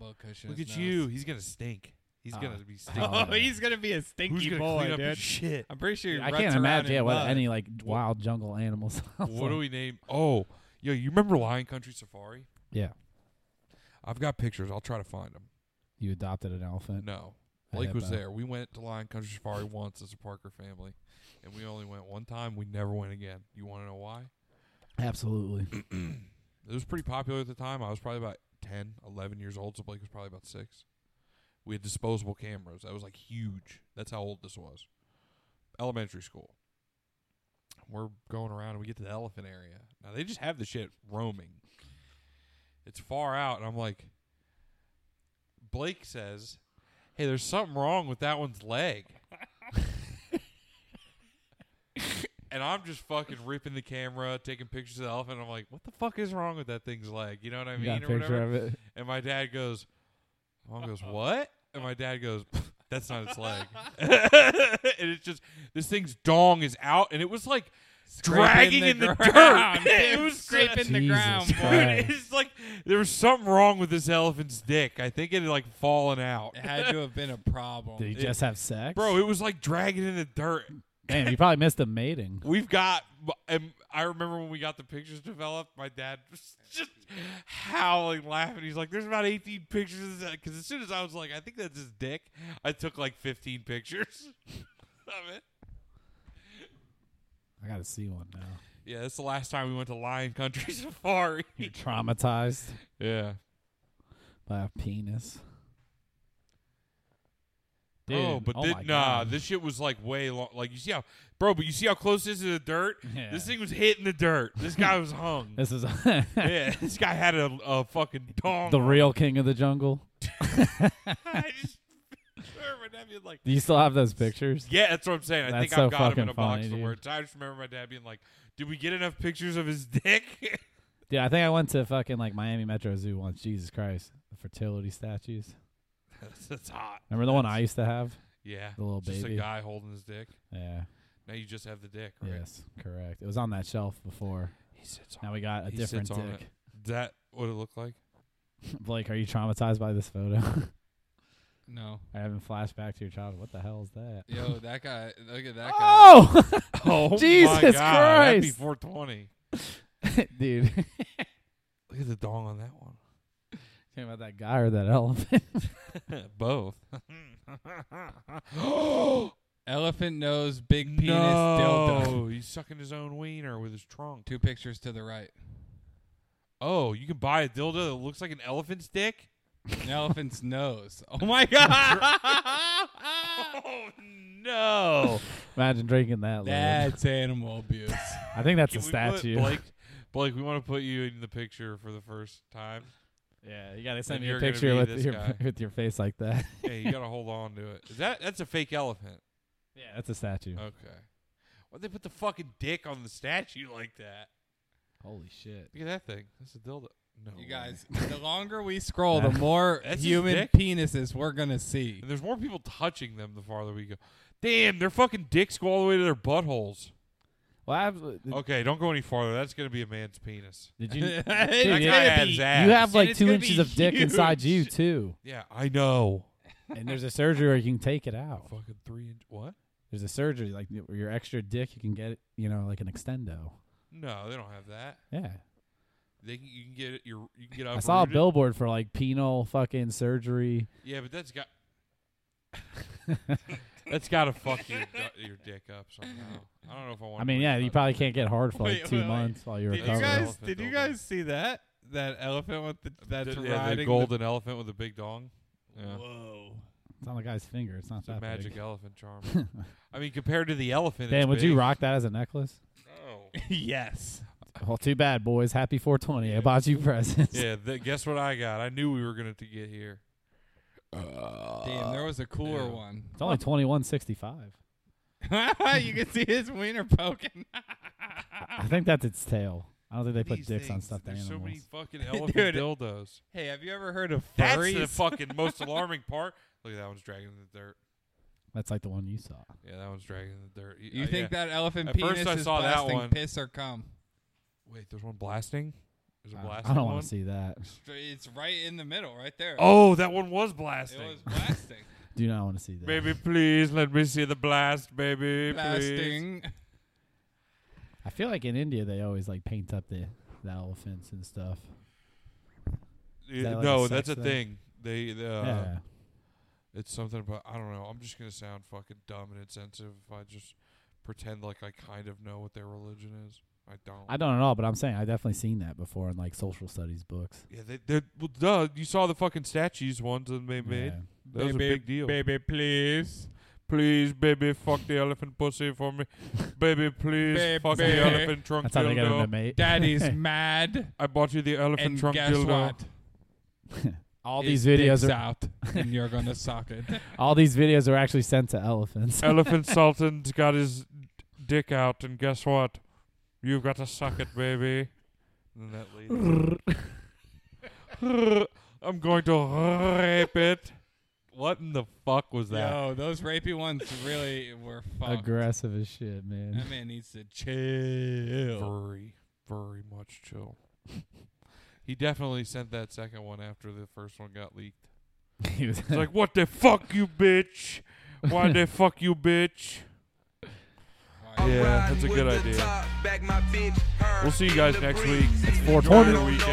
[SPEAKER 3] Butt cushion
[SPEAKER 2] Look
[SPEAKER 3] his
[SPEAKER 2] at
[SPEAKER 3] nose.
[SPEAKER 2] you. He's gonna stink. He's
[SPEAKER 1] Ah.
[SPEAKER 2] gonna be stinky.
[SPEAKER 1] Oh, he's
[SPEAKER 3] gonna be a
[SPEAKER 2] Who's
[SPEAKER 3] stinky
[SPEAKER 2] gonna clean up his shit?
[SPEAKER 3] I'm pretty sure. He
[SPEAKER 1] I
[SPEAKER 3] ruts
[SPEAKER 1] can't
[SPEAKER 3] around
[SPEAKER 1] imagine
[SPEAKER 3] in
[SPEAKER 1] yeah, what
[SPEAKER 3] mud.
[SPEAKER 1] any like wild jungle animal sounds
[SPEAKER 2] What do
[SPEAKER 1] like.
[SPEAKER 2] we name? Oh, yo, you remember Lion Country Safari?
[SPEAKER 1] Yeah,
[SPEAKER 2] I've got pictures. I'll try to find them.
[SPEAKER 1] you adopted an
[SPEAKER 3] Uh,
[SPEAKER 1] elephant.
[SPEAKER 2] No,
[SPEAKER 1] I
[SPEAKER 2] Blake
[SPEAKER 1] have
[SPEAKER 2] was
[SPEAKER 1] a-
[SPEAKER 2] there. We went to Lion Country Safari once as a Parker family, and we only went one time. We never went again. You want to know why?
[SPEAKER 1] Absolutely.
[SPEAKER 2] It was pretty popular at the time. I was probably about 10, 11 years old, so Blake was probably about six. We had disposable cameras. That was like huge. That's how old this was. Elementary school. We're going around and we get to the elephant area. Now they just have the shit roaming. It's far out, and I'm like, Blake says, Hey, there's something wrong with that one's leg. and I'm just fucking ripping the camera, taking pictures of the elephant. I'm like, what the fuck is wrong with that thing's leg? You know what I
[SPEAKER 1] you got a
[SPEAKER 2] mean? Or
[SPEAKER 1] picture of
[SPEAKER 2] whatever.
[SPEAKER 1] it.
[SPEAKER 2] And my dad goes, Mom goes, What? And my dad goes, That's not its leg. and it's just, this thing's dong is out. And it was like dragging in the,
[SPEAKER 3] ground.
[SPEAKER 2] dirt. it
[SPEAKER 3] Dude,
[SPEAKER 2] was
[SPEAKER 3] scraping the
[SPEAKER 1] Jesus
[SPEAKER 3] ground. boy.
[SPEAKER 1] Christ.
[SPEAKER 2] Dude, it's like there was something wrong with this elephant's dick. I think it had like fallen out.
[SPEAKER 3] It had to have been a problem.
[SPEAKER 1] Did he just have sex,
[SPEAKER 2] Bro, it was like dragging in the dirt.
[SPEAKER 1] Damn, you probably missed the mating.
[SPEAKER 2] We've got, and I remember when we got the pictures developed, my dad was just howling, laughing. He's like, "There's about 18 pictures of that." Because as soon as I was like, "I think that's his dick," I took like 15 pictures of it.
[SPEAKER 1] I gotta see one now.
[SPEAKER 2] Yeah, that's the last time we went to Lion Country Safari.
[SPEAKER 1] You're traumatized
[SPEAKER 2] yeah.
[SPEAKER 1] by a penis.
[SPEAKER 2] oh,
[SPEAKER 1] Dude,
[SPEAKER 2] but
[SPEAKER 1] oh
[SPEAKER 2] thi-
[SPEAKER 1] my
[SPEAKER 2] nah,
[SPEAKER 1] God.
[SPEAKER 2] this shit was like way long. Like you see how, bro, but you see how close this is to the dirt.
[SPEAKER 1] Yeah.
[SPEAKER 2] This thing was hitting the dirt. This guy was hung.
[SPEAKER 1] This is
[SPEAKER 2] yeah, this guy had a, a fucking dong.
[SPEAKER 1] the real king of the jungle.
[SPEAKER 2] I just remember my dad being like,
[SPEAKER 1] Do you still have those pictures?
[SPEAKER 2] yeah, that's what I'm saying. I
[SPEAKER 1] That's
[SPEAKER 2] think
[SPEAKER 1] so
[SPEAKER 2] I've got
[SPEAKER 1] fucking
[SPEAKER 2] him in a box
[SPEAKER 1] funny,
[SPEAKER 2] somewhere.
[SPEAKER 1] dude.
[SPEAKER 2] I just remember my dad being like, did we get enough pictures of his dick?
[SPEAKER 1] Dude, I think I went to fucking like Miami Metro Zoo once. Jesus Christ, the fertility statues.
[SPEAKER 2] that's, that's hot.
[SPEAKER 1] Remember the one I used to have?
[SPEAKER 2] Yeah.
[SPEAKER 1] The little
[SPEAKER 2] just
[SPEAKER 1] baby.
[SPEAKER 2] a guy holding his dick.
[SPEAKER 1] Yeah.
[SPEAKER 2] Now you just have the dick, right?
[SPEAKER 1] Yes, correct. It was on that shelf before.
[SPEAKER 2] He sits on
[SPEAKER 1] Now we got a
[SPEAKER 2] He
[SPEAKER 1] different
[SPEAKER 2] sits on
[SPEAKER 1] dick.
[SPEAKER 2] it. That what it looked like?
[SPEAKER 1] Blake, are you traumatized by this photo?
[SPEAKER 3] No.
[SPEAKER 1] I haven't flashed back to your childhood. What the hell is that?
[SPEAKER 3] Yo, that guy. Look at that guy.
[SPEAKER 1] Oh,
[SPEAKER 2] Oh,
[SPEAKER 1] Jesus
[SPEAKER 2] my God. That'd be
[SPEAKER 1] Christ.
[SPEAKER 2] 420.
[SPEAKER 1] dude.
[SPEAKER 2] Look at the dong on that one.
[SPEAKER 1] Talking about that guy or that elephant?
[SPEAKER 2] Both.
[SPEAKER 3] Elephant nose, big penis, dildo.
[SPEAKER 2] no, he's sucking his own wiener with his trunk.
[SPEAKER 3] Two pictures to the right.
[SPEAKER 2] Oh, you can buy a dildo that looks like an elephant's dick?
[SPEAKER 3] An elephant's nose. Oh my god.
[SPEAKER 2] oh no!
[SPEAKER 1] Imagine drinking that. Lord.
[SPEAKER 3] That's animal abuse.
[SPEAKER 1] I think that's
[SPEAKER 2] Can
[SPEAKER 1] a
[SPEAKER 2] we put
[SPEAKER 1] statue.
[SPEAKER 2] Blake, Blake, we want to put you in the picture for the first time.
[SPEAKER 1] Yeah, you gotta send me
[SPEAKER 2] Then
[SPEAKER 1] a
[SPEAKER 2] you're gonna
[SPEAKER 1] picture
[SPEAKER 2] be
[SPEAKER 1] with
[SPEAKER 2] this
[SPEAKER 1] your
[SPEAKER 2] guy.
[SPEAKER 1] with your face like that.
[SPEAKER 2] hey, you gotta hold on to it. Is that that's a fake elephant?
[SPEAKER 1] yeah, that's a statue.
[SPEAKER 3] Uh,
[SPEAKER 2] Okay. Why'd they put the fucking dick on the statue like that?
[SPEAKER 1] Holy shit.
[SPEAKER 2] Look at that thing. That's a dildo. No.
[SPEAKER 3] You
[SPEAKER 2] way.
[SPEAKER 3] guys, the longer we scroll, the more
[SPEAKER 2] That's his
[SPEAKER 3] human
[SPEAKER 2] dick.
[SPEAKER 3] penises we're gonna see.
[SPEAKER 2] And there's more people touching them the farther we go. Damn, their fucking dicks go all the way to their buttholes.
[SPEAKER 1] Well, I have, uh, did,
[SPEAKER 2] Okay, don't go any farther. That's gonna be a man's penis.
[SPEAKER 1] did you?
[SPEAKER 3] It's
[SPEAKER 1] Dude,
[SPEAKER 2] That
[SPEAKER 1] you-
[SPEAKER 2] guy
[SPEAKER 3] gonna
[SPEAKER 2] had
[SPEAKER 3] be-
[SPEAKER 2] his
[SPEAKER 1] You have
[SPEAKER 2] ass.
[SPEAKER 1] like
[SPEAKER 3] it's
[SPEAKER 1] two
[SPEAKER 3] gonna
[SPEAKER 1] inches
[SPEAKER 3] be
[SPEAKER 1] of dick inside you
[SPEAKER 3] huge.
[SPEAKER 1] too,
[SPEAKER 2] Yeah, I know.
[SPEAKER 1] and there's a surgery where you can take it out.
[SPEAKER 2] Fucking three inch. What?
[SPEAKER 1] There's a surgery like y- your extra dick, you can get it, you know, like an extendo.
[SPEAKER 2] No, they don't have that.
[SPEAKER 1] Yeah,
[SPEAKER 2] They can, you can get it. Your you can get.
[SPEAKER 1] I saw a
[SPEAKER 2] uprooted.
[SPEAKER 1] billboard for like penal fucking surgery.
[SPEAKER 2] Yeah, but that's got. that's got to fuck your du- your dick up somehow. I don't know if I want.
[SPEAKER 1] I mean, yeah, you probably can't get hard for like
[SPEAKER 3] Wait,
[SPEAKER 1] two
[SPEAKER 3] wait, wait.
[SPEAKER 1] months while you're
[SPEAKER 3] Did you
[SPEAKER 2] That's an
[SPEAKER 1] recovering.
[SPEAKER 3] guys?
[SPEAKER 2] elephant
[SPEAKER 3] Did you
[SPEAKER 2] dildo.
[SPEAKER 3] guys see that? That elephant with the that's
[SPEAKER 2] That's yeah,
[SPEAKER 3] riding
[SPEAKER 2] the golden elephant with a big dong. Yeah.
[SPEAKER 3] Whoa.
[SPEAKER 1] It's on the guy's finger. It's not
[SPEAKER 2] It's
[SPEAKER 1] that
[SPEAKER 2] a magic
[SPEAKER 1] big.
[SPEAKER 2] elephant charm. I mean, compared to the elephant,
[SPEAKER 1] Damn,
[SPEAKER 2] it's
[SPEAKER 1] would you
[SPEAKER 2] big.
[SPEAKER 1] rock that as a necklace?
[SPEAKER 2] No.
[SPEAKER 1] yes. Well, too bad, boys. Happy 420. I bought you presents.
[SPEAKER 2] yeah, th- guess what I got? I knew we were gonna to get here.
[SPEAKER 3] Damn, there was a cooler
[SPEAKER 2] Yeah.
[SPEAKER 3] one.
[SPEAKER 1] It's only 2165.
[SPEAKER 3] you can see his wiener poking.
[SPEAKER 1] I think that's its tail. I don't think they put
[SPEAKER 2] These
[SPEAKER 1] dicks on
[SPEAKER 2] things,
[SPEAKER 1] stuffed
[SPEAKER 2] There's
[SPEAKER 1] animals.
[SPEAKER 2] so many fucking elephant
[SPEAKER 3] Dude.
[SPEAKER 2] dildos.
[SPEAKER 3] hey, have you ever heard of
[SPEAKER 2] That's
[SPEAKER 3] furries?
[SPEAKER 2] the fucking most alarming part. Look at that one's dragging in the dirt.
[SPEAKER 1] That's like the one you saw.
[SPEAKER 2] Yeah, that one's dragging in the dirt. Y-
[SPEAKER 3] you
[SPEAKER 2] uh,
[SPEAKER 3] think
[SPEAKER 2] yeah.
[SPEAKER 3] that elephant
[SPEAKER 2] At
[SPEAKER 3] penis
[SPEAKER 2] first I
[SPEAKER 3] is
[SPEAKER 2] saw that
[SPEAKER 3] blasting
[SPEAKER 2] one.
[SPEAKER 3] piss or cum?
[SPEAKER 2] Wait, there's one blasting. There's a
[SPEAKER 1] I don't-
[SPEAKER 2] blasting.
[SPEAKER 1] Uh, I don't
[SPEAKER 2] want
[SPEAKER 1] want to see that.
[SPEAKER 3] Stra- It's right in the middle, right there.
[SPEAKER 2] Oh, that one was
[SPEAKER 3] it
[SPEAKER 2] blasting.
[SPEAKER 3] was blasting.
[SPEAKER 1] Do not want to see that.
[SPEAKER 2] Baby, please let me see the blast, baby. Please.
[SPEAKER 3] blasting.
[SPEAKER 1] I feel like in India they always like paint up the, the elephants and stuff.
[SPEAKER 2] Yeah,
[SPEAKER 1] that like a
[SPEAKER 2] no,
[SPEAKER 1] sex
[SPEAKER 2] that's a
[SPEAKER 1] thing?
[SPEAKER 2] thing. They, uh,
[SPEAKER 1] yeah.
[SPEAKER 2] it's something about I don't know. I'm just gonna sound fucking dumb and insensitive if I just pretend like I kind of know what their religion is. I don't.
[SPEAKER 1] I don't at all, but I'm saying I've definitely seen that before in like social studies books.
[SPEAKER 2] yeah, they, they're well, duh. You saw the fucking statues ones that they made.
[SPEAKER 1] Yeah.
[SPEAKER 2] That was a
[SPEAKER 3] Baby-
[SPEAKER 2] big deal.
[SPEAKER 3] Baby, please.
[SPEAKER 2] Please, baby, fuck the elephant pussy for me. baby, please
[SPEAKER 3] Baby.
[SPEAKER 2] fuck the elephant trunk
[SPEAKER 1] That's how they get them to
[SPEAKER 2] dildo.
[SPEAKER 1] mate.
[SPEAKER 3] Daddy's mad.
[SPEAKER 2] I bought you the elephant
[SPEAKER 3] and
[SPEAKER 2] trunk
[SPEAKER 3] guess
[SPEAKER 2] dildo.
[SPEAKER 3] what?
[SPEAKER 1] all
[SPEAKER 3] His
[SPEAKER 1] these videos
[SPEAKER 3] dick's
[SPEAKER 1] are
[SPEAKER 3] out, and you're gonna suck it.
[SPEAKER 1] all these videos are actually sent to elephants.
[SPEAKER 2] Elephant Sultan's got his dick out, and guess what? You've got to suck it, baby. And that lady. I'm going to rape it. What in the fuck was that?
[SPEAKER 3] Yo, those rapey ones really were fucked.
[SPEAKER 1] Aggressive as shit,
[SPEAKER 3] That
[SPEAKER 1] man.
[SPEAKER 3] man needs to chill.
[SPEAKER 2] Very, very much chill. he definitely sent that second one after the first one got leaked.
[SPEAKER 1] he was
[SPEAKER 2] It's like, what the fuck, you bitch? Why the fuck, you bitch? Yeah, that's a good idea. We'll see you guys next week. It's
[SPEAKER 1] 420.
[SPEAKER 2] weekend.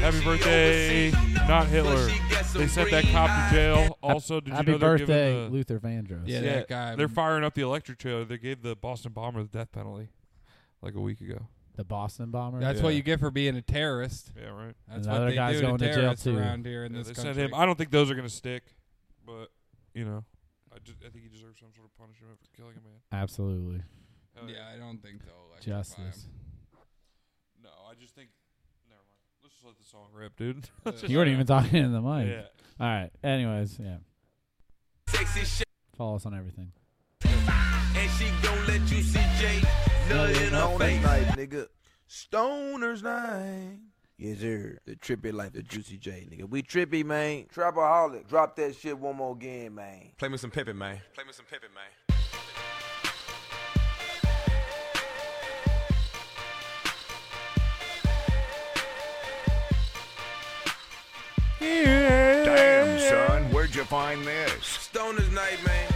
[SPEAKER 2] Happy birthday, not Hitler. They sent that cop to jail. Also, did
[SPEAKER 1] Happy
[SPEAKER 2] you know they're
[SPEAKER 1] birthday,
[SPEAKER 2] giving the,
[SPEAKER 1] Luther Vandross.
[SPEAKER 3] Yeah, that guy.
[SPEAKER 2] They're firing up the electric chair. They gave the Boston bomber the death penalty like a week ago.
[SPEAKER 1] The Boston bomber.
[SPEAKER 3] That's
[SPEAKER 2] Yeah.
[SPEAKER 3] what you get for being a terrorist.
[SPEAKER 2] Yeah, right.
[SPEAKER 3] That's
[SPEAKER 1] Another
[SPEAKER 3] what they
[SPEAKER 1] guy's
[SPEAKER 3] do
[SPEAKER 1] going to
[SPEAKER 3] to
[SPEAKER 1] jail,
[SPEAKER 3] terrorists
[SPEAKER 1] too.
[SPEAKER 3] around here in
[SPEAKER 2] Yeah,
[SPEAKER 3] this
[SPEAKER 2] they
[SPEAKER 3] country.
[SPEAKER 2] sent him. I don't think those are gonna stick, but you know, I, ju- I think he deserves some sort of punishment for killing a man.
[SPEAKER 1] Absolutely.
[SPEAKER 2] Hell
[SPEAKER 3] yeah, I don't think they'll electrify
[SPEAKER 1] Justice.
[SPEAKER 3] him.
[SPEAKER 2] No, I just think. Never mind. Let's just let the song rip, dude.
[SPEAKER 1] You weren't even talking in the mic.
[SPEAKER 2] yeah.
[SPEAKER 1] All right. Anyways, yeah. Follow us on everything.
[SPEAKER 9] And she gon' let you see Jay nut in her face. nigga. Stoner's night. Yes, sir. The trippy life, the Juicy J, nigga. We trippy, man. Trapaholic. Drop that shit one more game, man.
[SPEAKER 10] Play me some pimpin', man. Play me some pimpin', man.
[SPEAKER 9] Damn,
[SPEAKER 10] Son, where'd you find this?
[SPEAKER 9] Stoner's night, man.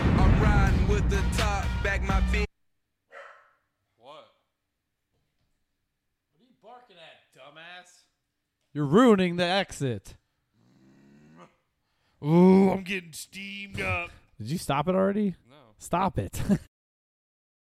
[SPEAKER 9] I'm riding with the top, back my feet.
[SPEAKER 2] What?
[SPEAKER 1] What are you barking at, dumbass? You're ruining the exit.
[SPEAKER 2] Ooh, I'm getting steamed up.
[SPEAKER 1] Did you stop it already?
[SPEAKER 2] No.
[SPEAKER 1] Stop it.